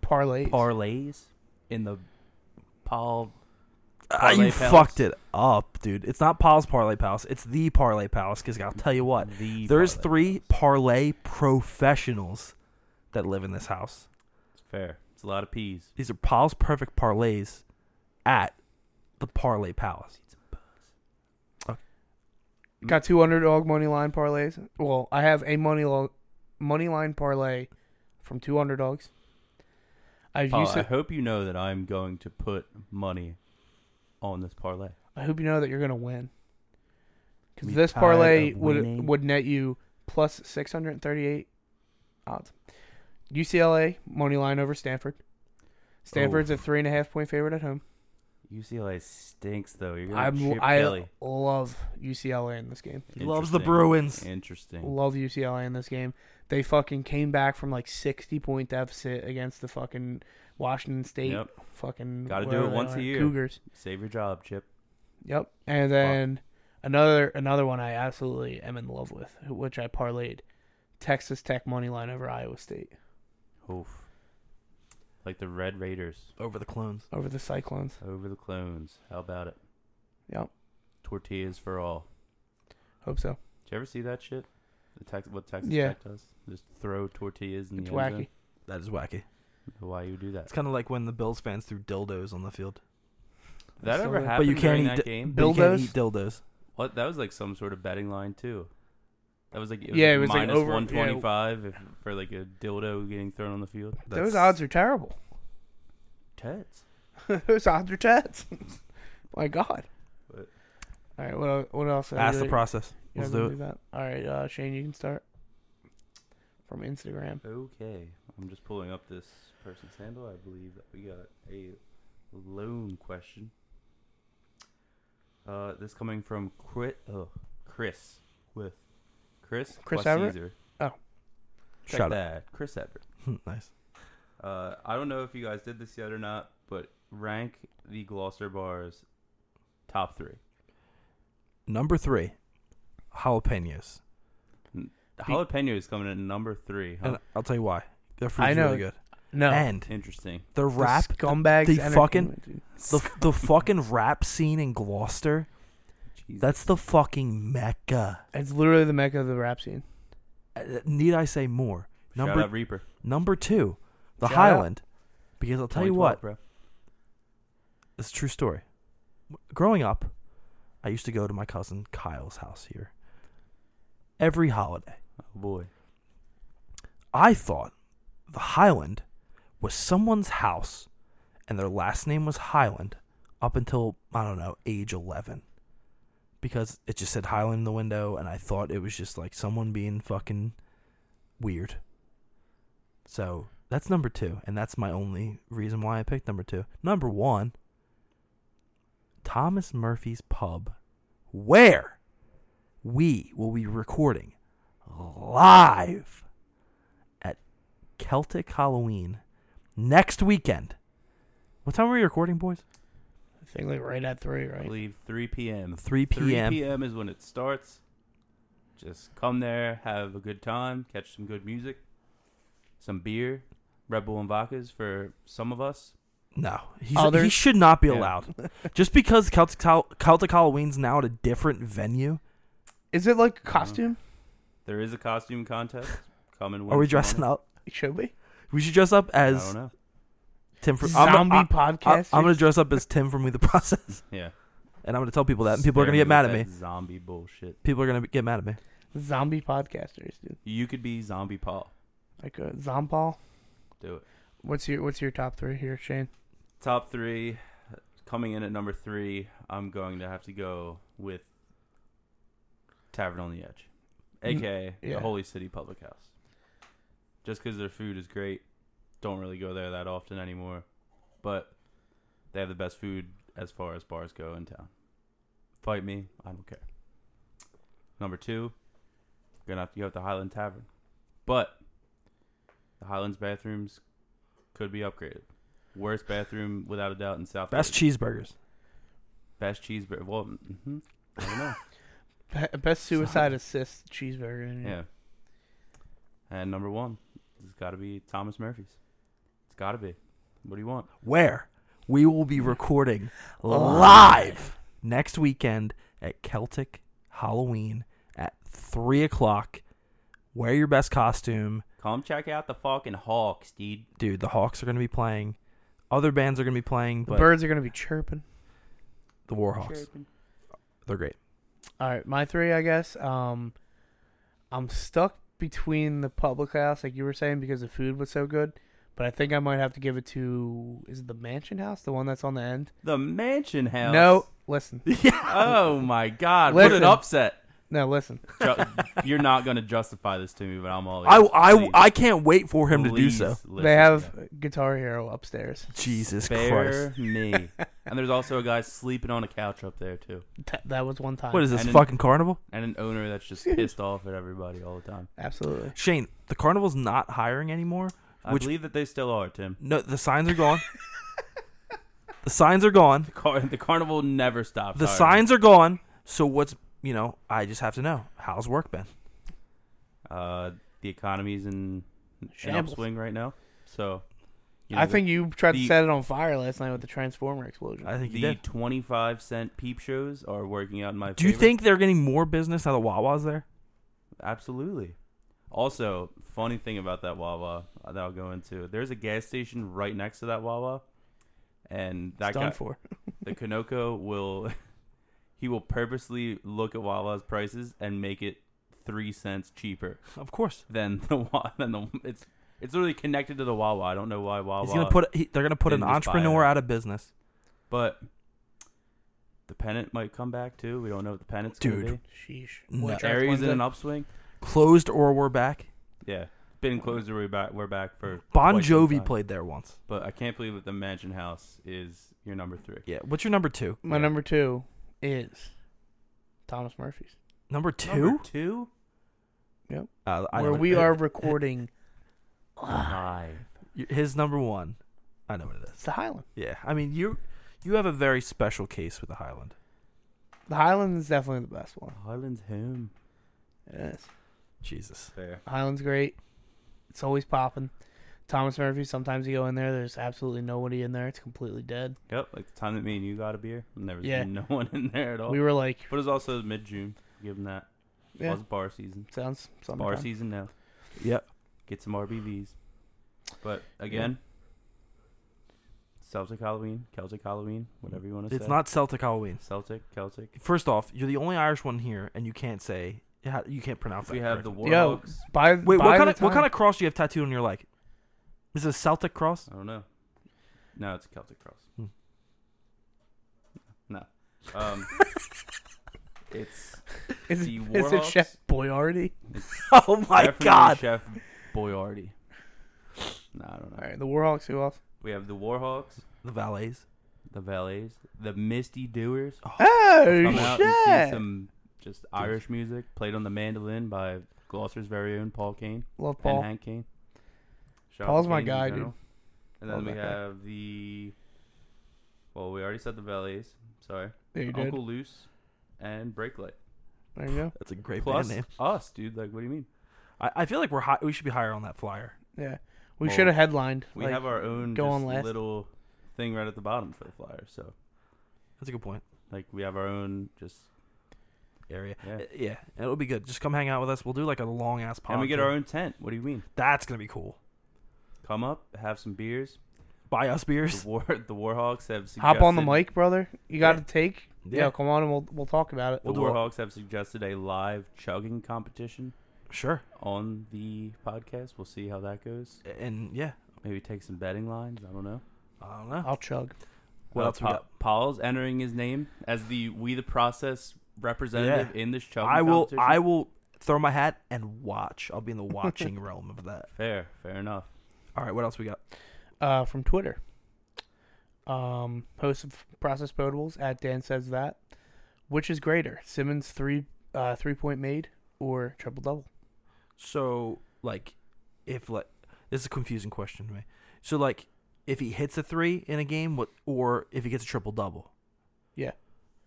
A: parlay.
C: parlays in the Paul?
B: Ah, you
C: Parlay Pals.
B: fucked it up, dude. It's not Paul's Parlay Palace. It's the Parlay Palace. Because I'll tell you what,
C: The
B: there's
C: Parlay
B: three parlay professionals that live in this house.
C: It's fair. It's a lot of peas.
B: These are Paul's perfect parlays at the Parlay Palace.
A: Mm-hmm. Got two underdog money line parlays. Well, I have a money lo- money line parlay from two underdogs. I've
C: Paul,
A: used
C: I
A: it.
C: hope you know that I'm going to put money on this parlay.
A: I hope you know that you're gonna win. Because
C: We
A: this
C: tired
A: parlay
C: of
A: would
C: winning.
A: would net you plus six hundred and thirty eight odds. UCLA money line over Stanford. Stanford's a three and a half point favorite at home.
C: UCLA stinks, though. You're going to
A: I'm,
C: chip
A: I
C: Kelly.
A: love UCLA in this game.
B: He loves the
C: Interesting.
B: Bruins.
C: Interesting.
A: Love UCLA in this game. They fucking came back from like sixty point deficit against the fucking Washington State.
C: Yep.
A: Fucking
C: Gotta do
A: whatever
C: it
A: they
C: once a
A: are,
C: year.
A: Cougars.
C: Save your job, Chip.
A: Yep. And then another another one I absolutely am in love with, which I parlayed. Texas Tech money line over Iowa State
C: Oof. Like the Red Raiders
B: Over the clones.
A: over the Cyclones.
C: over the clones. How about it?
A: Yep.
C: Tortillas for all.
A: Hope so.
C: Did you ever see that shit? The Tex- what Texas
A: Yeah.
C: Tech does? Just throw tortillas in
A: It's
C: the end
A: wacky.
B: That is wacky.
C: zone? Why you do that?
B: It's kind of like when the Bills fans threw dildos on the field.
C: that
A: still
C: ever
A: there.
C: happened
B: But you
C: during
B: can't
C: that
B: eat di-
C: game?
B: but you can't
A: Dildos?
B: eat dildos.
C: What? That was like some sort of betting line too. That was like it was
A: Yeah,
C: like
A: it was, like,
C: minus
A: over- yeah.
C: 125 if, for like a dildo getting thrown on the field.
A: Those odds are terrible. *laughs*
C: Tets.
A: Those odds are tats. *laughs* My God.
C: But-
A: All right. What el- what else?
B: Ask the
A: Really-
B: process.
A: you
B: Let's
A: wanna
B: do it.
A: That? All right, uh, Shane, you can start from Instagram.
C: Okay, I'm just pulling up this person's handle. I believe that we got a loan question. Uh, this coming from Chris, uh, Chris with Chris
A: Chris
C: plus
A: Everett?
C: Caesar. Check
B: Shut up.
C: that, Chris Everett.
B: *laughs* nice.
C: Uh, I don't know if you guys did this yet or not, but rank the Glosser bars top three.
B: Number three, jalapenos.
C: The jalapeno is coming in number three. Huh?
B: And uh, I'll tell you why. Their
A: I
B: food's
A: know.
B: really good.
A: No.
B: And
C: Interesting.
B: the
A: The
B: rap,
A: scumbags.
B: the
A: entertainment,
B: fucking-
A: dude.
B: the, the fucking rap scene in Gloucester.
C: Jesus.
B: That's the fucking mecca.
A: It's literally the mecca of the rap scene.
B: Uh, Need I say more?
C: Shout
B: Number
C: out Reaper.
B: number two, the
A: Shout out.
B: Highland. Because I'll tell you
C: 2012,
B: what,
C: bro.
B: it's a true story. Growing up, I used to go to my cousin Kyle's house here every holiday.
C: Oh boy.
B: I thought the Highland was someone's house and their last name was Highland up until, I don't know, age 11. Because it just said Highland in the window and I thought it was just like someone being fucking weird. So that's number two. And that's my only reason why I picked number two. Number one, Thomas Murphy's Pub, where we will be recording live at Celtic Halloween next weekend. What time are we recording, boys?
A: I think like right at three,
C: I
A: right?
C: believe 3 p.m.
B: 3
C: 3
B: p.m.
C: p.m. is when it starts. Just come there, have a good time, catch some good music, some beer, Red Bull and vodkas for some of us.
B: No, he's, he
A: Others?
B: should not be
C: Oh, Yeah.
B: allowed.
C: *laughs*
B: Just because Celtic, Hall- Celtic Halloween's now at a different venue.
A: Is it like a costume?
C: There is a
B: *laughs*
C: costume contest. Come and
B: Are we dressing up?
A: It should be.
B: We should dress up
C: I don't
B: as
C: know.
B: Tim from I'm,
A: Zombie
B: I- I,
A: podcast.
B: I'm gonna dress up as Tim from We the
C: *laughs*
B: Process,
C: Yeah.
B: and I'm gonna tell people that, and people are gonna get mad at me.
C: Zombie bullshit.
B: People are gonna get mad at me.
A: Zombie podcasters, dude.
C: You could be zombie Paul.
A: Like a Zompal.
C: Do it.
A: What's your What's your top three here, Shane?
C: Top three. Coming in at number three, I'm going to have to go with Tavern on the Edge, aka
A: yeah.
C: the Holy City Public House. Just because their food is great, don't really go there that often anymore, but they have the best food as far as bars go in town. Fight me, I don't care. Number two, you're gonna have to go with the Highland Tavern, but the Highland's bathrooms could be upgraded. Worst bathroom without a doubt in South.
B: Best
C: Jersey.
B: cheeseburgers.
C: best cheeseburger. Well, mm-hmm. I don't know.
A: Be- best suicide assist cheeseburger. in here.
C: Yeah. And number one, it's got to be Thomas Murphy's. It's got to be. What do you want?
B: where we will be recording live next weekend at Celtic Halloween at three o'clock. Wear your best costume,
C: Come check out the fucking Hawks, dude.
B: dude. The Hawks are going to be playing. Other bands are going to be playing,
A: The
B: but
A: birds are gonna be chirping.
B: the Warhawks, they're great.
A: All right, my three, I guess. Um, I'm stuck between the public house, like you were saying, because the food was so good. But I think I might have to give it to is it the mansion house, the one that's on the end?
C: The Mansion House. *laughs*
A: No, listen,
C: Oh my God! What
A: Listen.
C: an upset.
A: no, listen.
C: Ju- You're not gonna justify this to me, but I'm all.
B: I,
C: ears.
B: I,
C: Please-
B: I can't wait for him to do
C: please
B: so.
C: listen
A: they have *laughs*
C: to that.
A: Guitar Hero upstairs.
B: Jesus
C: Spare
B: Christ! *laughs*
C: me. And there's also a guy sleeping on a couch up there too,
A: That, that was one time.
B: What is this
C: And-
B: fucking carnival?
C: and an owner that's
A: *laughs*
C: just pissed off at everybody all the time.
A: Absolutely.
B: Shane, the carnival's not hiring anymore.
C: I
B: Which-
C: believe that they still are, Tim.
B: No, the signs are gone. the signs are gone.
C: Car- *laughs* the carnival never stops.
B: The
C: hiring.
B: signs are gone. So what's you know? I just have to know how's work been.
C: Uh, the economy's in an
A: Shambles.
C: upswing right now, so you
A: I
C: the-
A: think you tried to
C: the-
A: set it on fire last night with the transformer explosion.
B: I think you
C: the
B: did.
C: twenty-five cent peep shows are working out in my.
B: Do you
C: favor.
B: think they're getting more business now that Wawa's there?
C: Absolutely. Also, funny thing about that Wawa that I'll go into. There's a gas station right next to that Wawa, and that
A: it's done
C: guy,
A: for.
C: the Kanoko will, *laughs* he will purposely look at Wawa's prices and make it three cents cheaper
B: Of course,
C: than *laughs* the Wa- than the it's it's literally connected to the Wawa. I don't know why Wawa.
B: he's gonna put. He, they're gonna put an
C: didn't just buy
B: entrepreneur
C: it.
B: out of business,
C: But the pennant might come back too. We don't know what the pennant's
B: Dude.
C: Gonna
A: Sheesh.
B: No.
A: What,
C: be.
A: Trans
C: Aries in
A: Wednesday?
C: an upswing.
B: closed or we're back.
C: Yeah, been closed. We're back. We're back for
B: Bon
C: quite some
B: Jovi
C: time.
B: played there once.
C: But I can't believe that the Mansion House is your number three.
B: Yeah. What's your number two?
A: My number two is Thomas Murphy's,
B: Number two.
C: Number two.
B: Uh, I
A: where
B: know-
A: we are recording.
C: Five.
B: His number one. I know what it is.
A: It's the Highland.
B: Yeah. I mean you. You have a very special case with the Highland.
A: The Highland is definitely the best one.
C: Highland's home.
A: Yes.
B: Jesus.
C: Fair.
A: Highland's great. It's always popping. Thomas Murphy, sometimes you go in there, there's absolutely nobody in there. It's completely dead.
C: Yep. Like the time that me and you got a beer, and there was
A: Yeah.
C: no *laughs* one in there at all.
A: We were like,
C: but it was also mid June. Give them that. It
A: yeah,
C: was bar season.
A: sounds
C: Bar
A: something.
C: season now.
B: Yep.
C: Get some RBVs. But again, Celtic Halloween, Celtic Halloween, whatever you want to say.
B: It's not Celtic Halloween.
C: Celtic, Celtic.
B: First off, you're the only Irish one here, and you can't say you can't pronounce.
C: We
B: that
C: have the
B: correctly.
A: Yo,
C: Warhawks.
A: by
B: Wait,
A: by
B: what kind
A: the
B: of what
A: time-
B: kind of cross do you have tattooed on your leg? Is it a Celtic
C: *laughs*
B: cross?
C: I don't know. No, it's Celtic Cross.
B: Hmm.
C: No.
B: *laughs*
C: Um, it's
A: *laughs* is,
C: the
A: it- is it
C: Warhawks?
A: Chef Boyardi?
B: Oh my
C: definitely
B: god!
C: Chef Boyardi. No, I don't know.
A: All right, the Warhawks. Who else?
C: We have the Warhawks,
B: The valets.
C: the Valets, the Misty Doers.
A: Oh
C: Come out and see
A: shit!
C: some just Irish music played on the mandolin by Gloucester's very own Paul Kane
A: Love Paul.
C: and Hank Kane. Shout out
A: Paul's
C: to
A: my
C: Kane in
A: guy, dude.
C: general. And
A: Paul's
C: then we
A: my guy.
C: have the. Well, we already said the Valets. Sorry.
A: There you did.
C: Uncle Loose and Breaklight.
A: There you go.
B: That's a great
C: Plus
B: band name.
C: us, dude. Like, what do you mean?
B: I, I feel like we're high, we should be higher on that flyer.
A: Yeah, we
C: Well,
A: should have headlined.
C: We
A: like,
C: have our own
A: go on
C: just
A: last.
C: little thing right at the bottom for the flyer. So,
B: That's a good point.
C: like, we have our own just.
B: Area.
C: Yeah.
B: Uh, Yeah, it'll be good. Just come hang out with us. We'll do like a long ass podcast.
C: And we get our own tent. What do you mean?
B: That's gonna be cool.
C: Come up, have some beers.
B: Buy us
A: *laughs*
B: beers.
C: *laughs* The War the Warhawks have suggested,
A: Hop on the mic, brother. You got to take.
B: Yeah.
A: Yeah. come on, and we'll we'll talk about it.
C: The
B: We'll do it.
C: Warhawks have suggested a live chugging competition
B: Sure.
C: on the podcast. We'll see how that goes.
B: And yeah,
C: Maybe take some betting lines. I don't know.
B: I don't know.
A: I'll chug.
B: What else we
C: Pa-
B: got?
C: Paul's entering his name as the We the Process representative
B: Yeah.
C: in this chugging
B: I will.
C: competition.
B: I will throw my hat and watch. I'll be in the watching *laughs* realm of that.
C: Fair, fair enough.
B: All right. What else we got?
A: Uh, from Twitter. Um, host of Process Potables at Dan says that. Which is greater, Simmons three uh, three point made or triple double?
B: So like, if like this is a confusing question to me. So like, if he hits a three in a game, what or if he gets a triple double?
A: Yeah.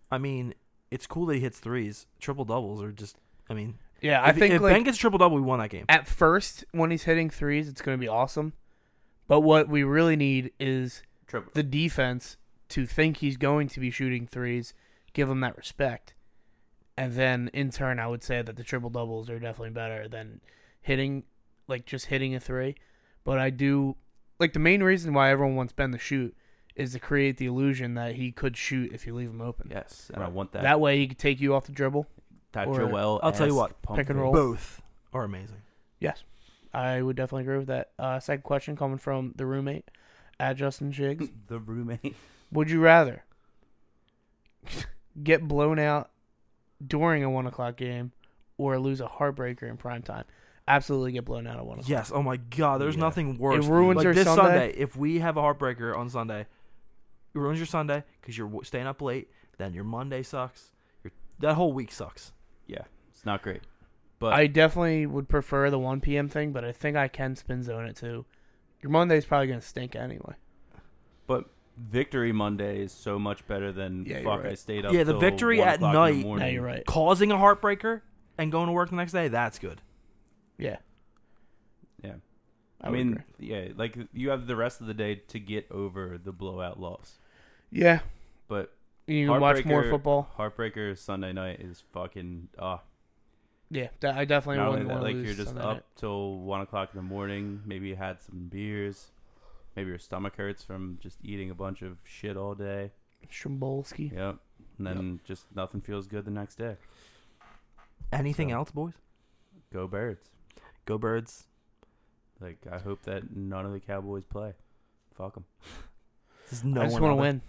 B: I mean, it's cool that he hits threes. Triple doubles are just. I mean,
A: Yeah, I
B: if,
A: think
B: if
A: like
B: Ben gets a triple double, we won that game.
A: at first when he's hitting threes, it's going to be awesome. But what we really need is
C: Triple.
A: the defense to think he's going to be shooting threes, give him that respect. And then in turn, I would say that the triple doubles are definitely better than hitting, like just hitting a three. But I do, like, the main reason why everyone wants Ben to shoot is to create the illusion that he could shoot if you leave him open.
C: yes, and I
B: Right.
C: want that.
A: That way he could take you off the dribble.
C: that
A: or-
C: Joel
B: I'll tell you
C: esque
B: what,
C: pump
A: pick and
C: fake.
A: roll.
B: Both are amazing.
A: Yes, I would definitely agree with that. Uh, second question coming from the roommate at Justin Jiggs.
C: *laughs* The roommate. *laughs*
A: Would you rather *laughs* get blown out during a one o'clock game or lose a heartbreaker in prime time? Absolutely get blown out at one o'clock.
B: Yes. Oh my God. There's
C: Yeah.
B: nothing worse.
A: It ruins
B: like
A: your
B: this
A: Sunday.
B: If we have a heartbreaker on Sunday, it ruins your Sunday because you're w- staying up late. Then your Monday sucks. Your that whole week sucks.
C: Yeah, it's not great. But
A: I definitely would prefer the one p.m. thing, but I think I can spin zone it too. Your Monday's probably gonna stink anyway.
C: but Victory Monday is so much better than
A: Yeah, you're
C: fuck.
A: right.
C: I stayed up.
B: Yeah, the
C: till
B: victory
C: 1
B: at
C: o'clock In
B: night-
C: the
B: No,
C: morning.
A: No, you're right.
B: Causing a heartbreaker and going to work the next day. That's good.
A: Yeah,
C: Yeah,
A: I,
C: I,
A: would
C: mean,
A: agree.
C: yeah, like you have the rest of the day to get over the blowout loss,
A: yeah,
C: but
A: you can watch more
C: Heartbreaker-
A: football.
C: Heartbreaker Sunday night is fucking ah.
A: Yeah, that- I definitely
C: not only
A: wouldn't
C: that,
A: want to
C: like
A: lose.
C: you're just
A: Sunday
C: up
A: night.
C: till one o'clock in the morning. Maybe you had some beers. Maybe your stomach hurts from just eating a bunch of shit all day.
A: Strombolski.
C: Yep. And then just nothing feels good the next day.
B: Anything
C: So-
B: else, boys?
C: Go Birds.
B: Go birds.
C: Like I hope that none of the Cowboys play. Fuck them.
B: There's no
A: I just
B: one
A: want
B: out
A: to win.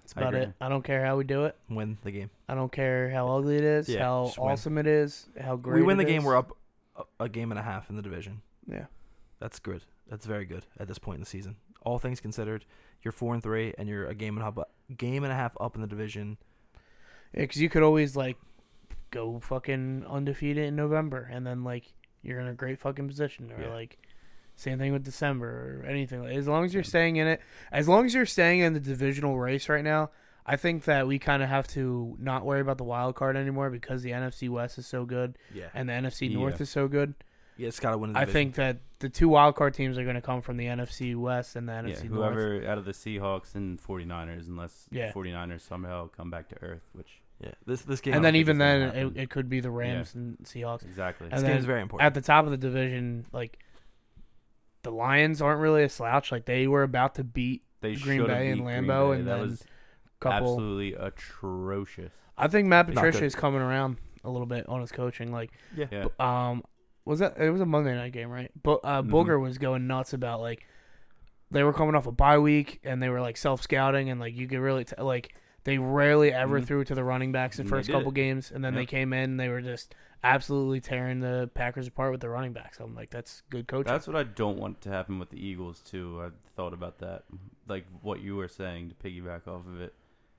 A: That's
C: I
A: about
C: agree.
A: it. I don't care how we do it.
B: there. Win the game.
A: I don't care how ugly it is,
B: Yeah,
A: how
B: just win.
A: awesome it is, how great
B: we win
A: it
B: the game.
A: is.
B: We're up a, a game and a half in the division.
A: Yeah.
B: That's good. That's very good at this point in the season. All things considered, you're four and three, and you're a game and a half, game and a half up in the division.
A: Because you could always like go fucking undefeated in November, and then like you're in a great fucking position, or
B: Yeah.
A: like same thing with December or anything. As long as you're staying in it, as long as you're staying in the divisional race right now, I think that we kind of have to not worry about the wild card anymore because the NFC West is so good
B: Yeah,
A: and the NFC
C: Yeah.
A: North is so good.
B: yeah, it's got to win. The
A: I
B: division.
A: think that the two wild card teams are going to come from the NFC West and the
C: Yeah,
A: NFC North.
C: whoever out of the Seahawks and 49ers, unless
A: Yeah.
C: the 49ers somehow come back to earth, which
B: Yeah, this this game.
A: and then
C: I don't think
A: even
C: it's gonna
A: then, it,
C: happen.
A: it could be the Rams and Seahawks.
C: exactly.
A: And
B: this game is
A: then
B: very important.
A: At the top of the division, like the Lions aren't really a slouch. Like they were about to beat
C: They
A: Green
C: should have
A: Bay and
C: beat Green
A: Lambeau,
C: Bay.
A: and
C: that
A: then
C: was
A: couple.
C: absolutely atrocious.
A: I think Matt
B: Not
A: Patricia
B: good.
A: is coming around a little bit on his coaching. Like,
C: Yeah,
A: b- um, was that it was a Monday night game, right? But uh,
C: Mhm.
A: Booger was going nuts about like they were coming off a bye week and they were like self scouting and like you could really t- like they rarely ever
C: Mhm.
A: threw it to the running backs the
C: And they
A: first
C: did
A: couple
C: it.
A: games and then they
C: Yep.
A: came in and they were just absolutely tearing the Packers apart with the running backs. I'm like, that's good coaching.
C: That's what I don't want to happen with the Eagles too. I thought about that, like what you were saying to piggyback off of it.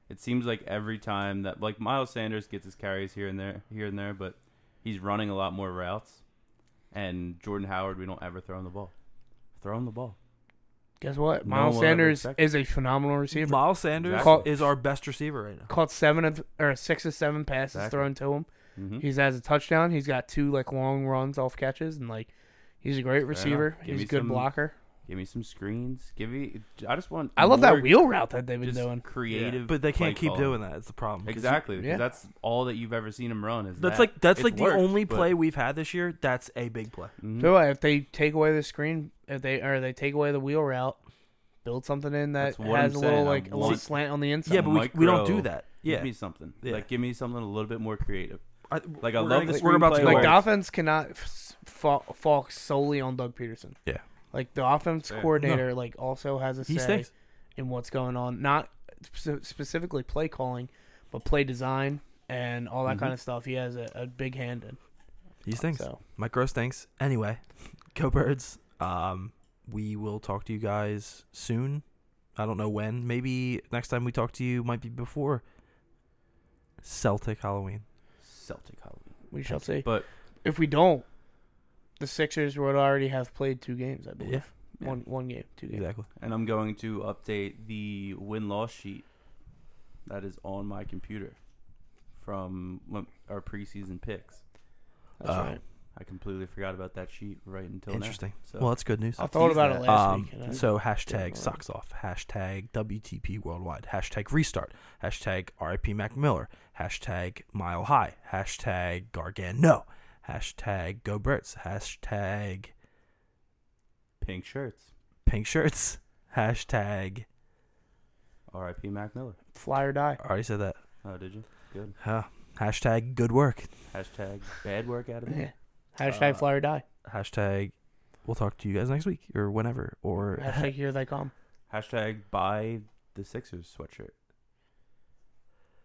C: It seems like every time that like Miles Sanders gets his carries here and there, here and there, but he's running a lot more routes. And Jordan Howard, we don't ever throw him the ball. Throw him the ball.
A: Guess what?
C: No
A: Miles
C: one ever
A: Sanders
C: expected. Mm-hmm.
A: is a phenomenal receiver.
B: Miles Sanders
C: Exactly.
B: is our best receiver right now.
A: Caught seven of, or six or seven passes
C: Exactly.
A: thrown to him.
C: Mm-hmm.
A: He's has a touchdown. He's got two like long runs off catches, and like he's a great receiver.
C: enough. Give
A: He's a
C: me
A: good
C: some-
A: blocker.
C: Give me some screens. Give me. I just want.
A: I love
C: more
A: that wheel route that they've been
C: Just mm-hmm.
A: doing.
C: creative,
B: but they can't
C: play
B: keep
C: calling.
B: doing that. It's the problem. 'Cause
C: Exactly, because
A: Yeah.
C: that's all that you've ever seen him run. Is
B: That's
C: that.
B: like that's
C: It's
B: like the
C: worked,
B: only
C: but- mm,
B: play we've had this year. That's a big play.
C: Mhm.
A: So if they take away the screen, if they or they take away the wheel route, build something in that
C: That's what
A: has
C: I'm
A: a little
C: saying, I
A: like
C: want-
A: slant on the inside.
B: yeah, but we, we don't do
C: micro-
B: that. Yeah,
C: Give me something.
B: Yeah.
C: Like give me something a little bit more creative.
B: I,
C: Like, I
B: we're
C: love
B: gonna-
C: the
B: We're about to
C: screenplay
B: go
C: work.
A: like
B: over.
A: the offense cannot f- fall, fall solely on Doug Peterson.
B: Yeah.
A: Like the offense
C: Fair.
A: coordinator, like also has a
B: He
A: say
B: stinks.
A: in what's going on, not spe- specifically play calling, but play design and all that kind of stuff. He has a, a big hand in.
B: He stinks.
A: So
B: Mike Gross stinks. Anyway, *laughs* go birds. Um, we will talk to you guys soon. I don't know when. Maybe next time we talk to you might be before Celtic Halloween.
C: Celtic Halloween.
A: we shall see.
C: But
A: If we don't, the Sixers would already have played two games. I believe
B: Yeah.
C: Yeah.
A: one one game, two games.
B: Exactly.
C: and I'm going to update the win loss sheet that is on my computer from when- our preseason picks.
A: That's
B: Uh,
A: right.
C: I completely forgot about that sheet right until
B: Interesting.
C: now. So
B: Well, that's good news.
A: I
C: Uh, I'll
A: thought
C: tease
A: about it
C: that.
A: last
B: Um,
A: week. and I-
B: so
A: didn't learn.
B: hashtag socks off, hashtag WTP worldwide, hashtag restart, hashtag RIP Mac Miller, hashtag mile high, hashtag Gargano, hashtag go Berts, hashtag
C: pink shirts.
B: pink shirts, *laughs* hashtag.
C: R.I.P. Mac Miller.
A: fly or
C: *laughs*
A: die.
B: I already said that.
C: Oh, did you? Good.
B: Huh. Hashtag good work.
C: Hashtag bad work out of
A: Yeah.
C: it.
A: Hashtag
C: Uh,
A: fly or
C: *laughs*
A: die.
B: Hashtag we'll talk to you guys next week or whenever or
A: Hashtag here they come.
C: Hashtag buy the Sixers sweatshirt.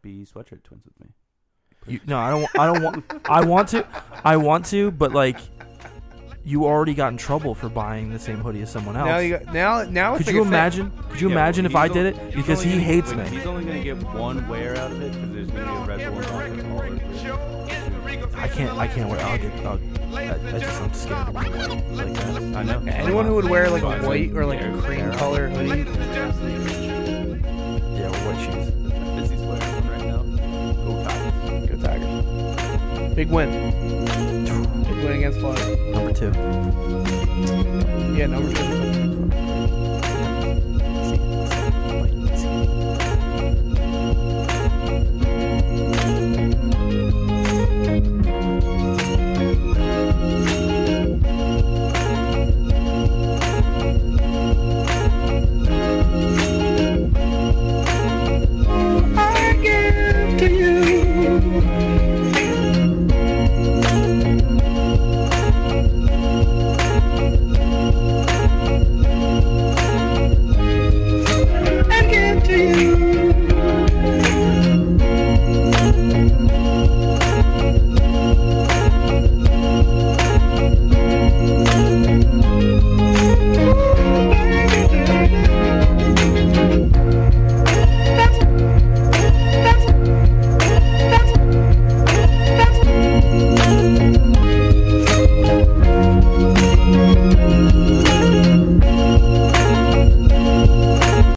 C: Be sweatshirt twins with me.
B: You, no, I don't. I don't want. I want to. I want to, but like, you already got in trouble for buying the same hoodie as someone else.
A: Now you got, now now it's
B: could
A: like
B: you
A: a thing.
B: imagine? Could you
C: Yeah,
B: imagine
C: well,
B: if I
C: he's
B: did
C: only-
B: it?
C: he's
B: Because
C: only
B: he
C: gonna-
B: hates
C: wait,
B: me.
C: He's only going to get one wear out of it because there's going to be a red one on it all over it.
B: I can't. I can't wear. I'll get. I'll, I, I just. I'm scared. of being white Like that.
C: I know.
A: Anyone who would wear like
C: Fine.
A: a white or like a cream color hoodie,
B: Yeah, or white shoes.
C: Busy sweater on right now. Go Tigers.
A: go Tigers. Big win. Big win against Florida.
B: Number two.
A: Yeah, number two.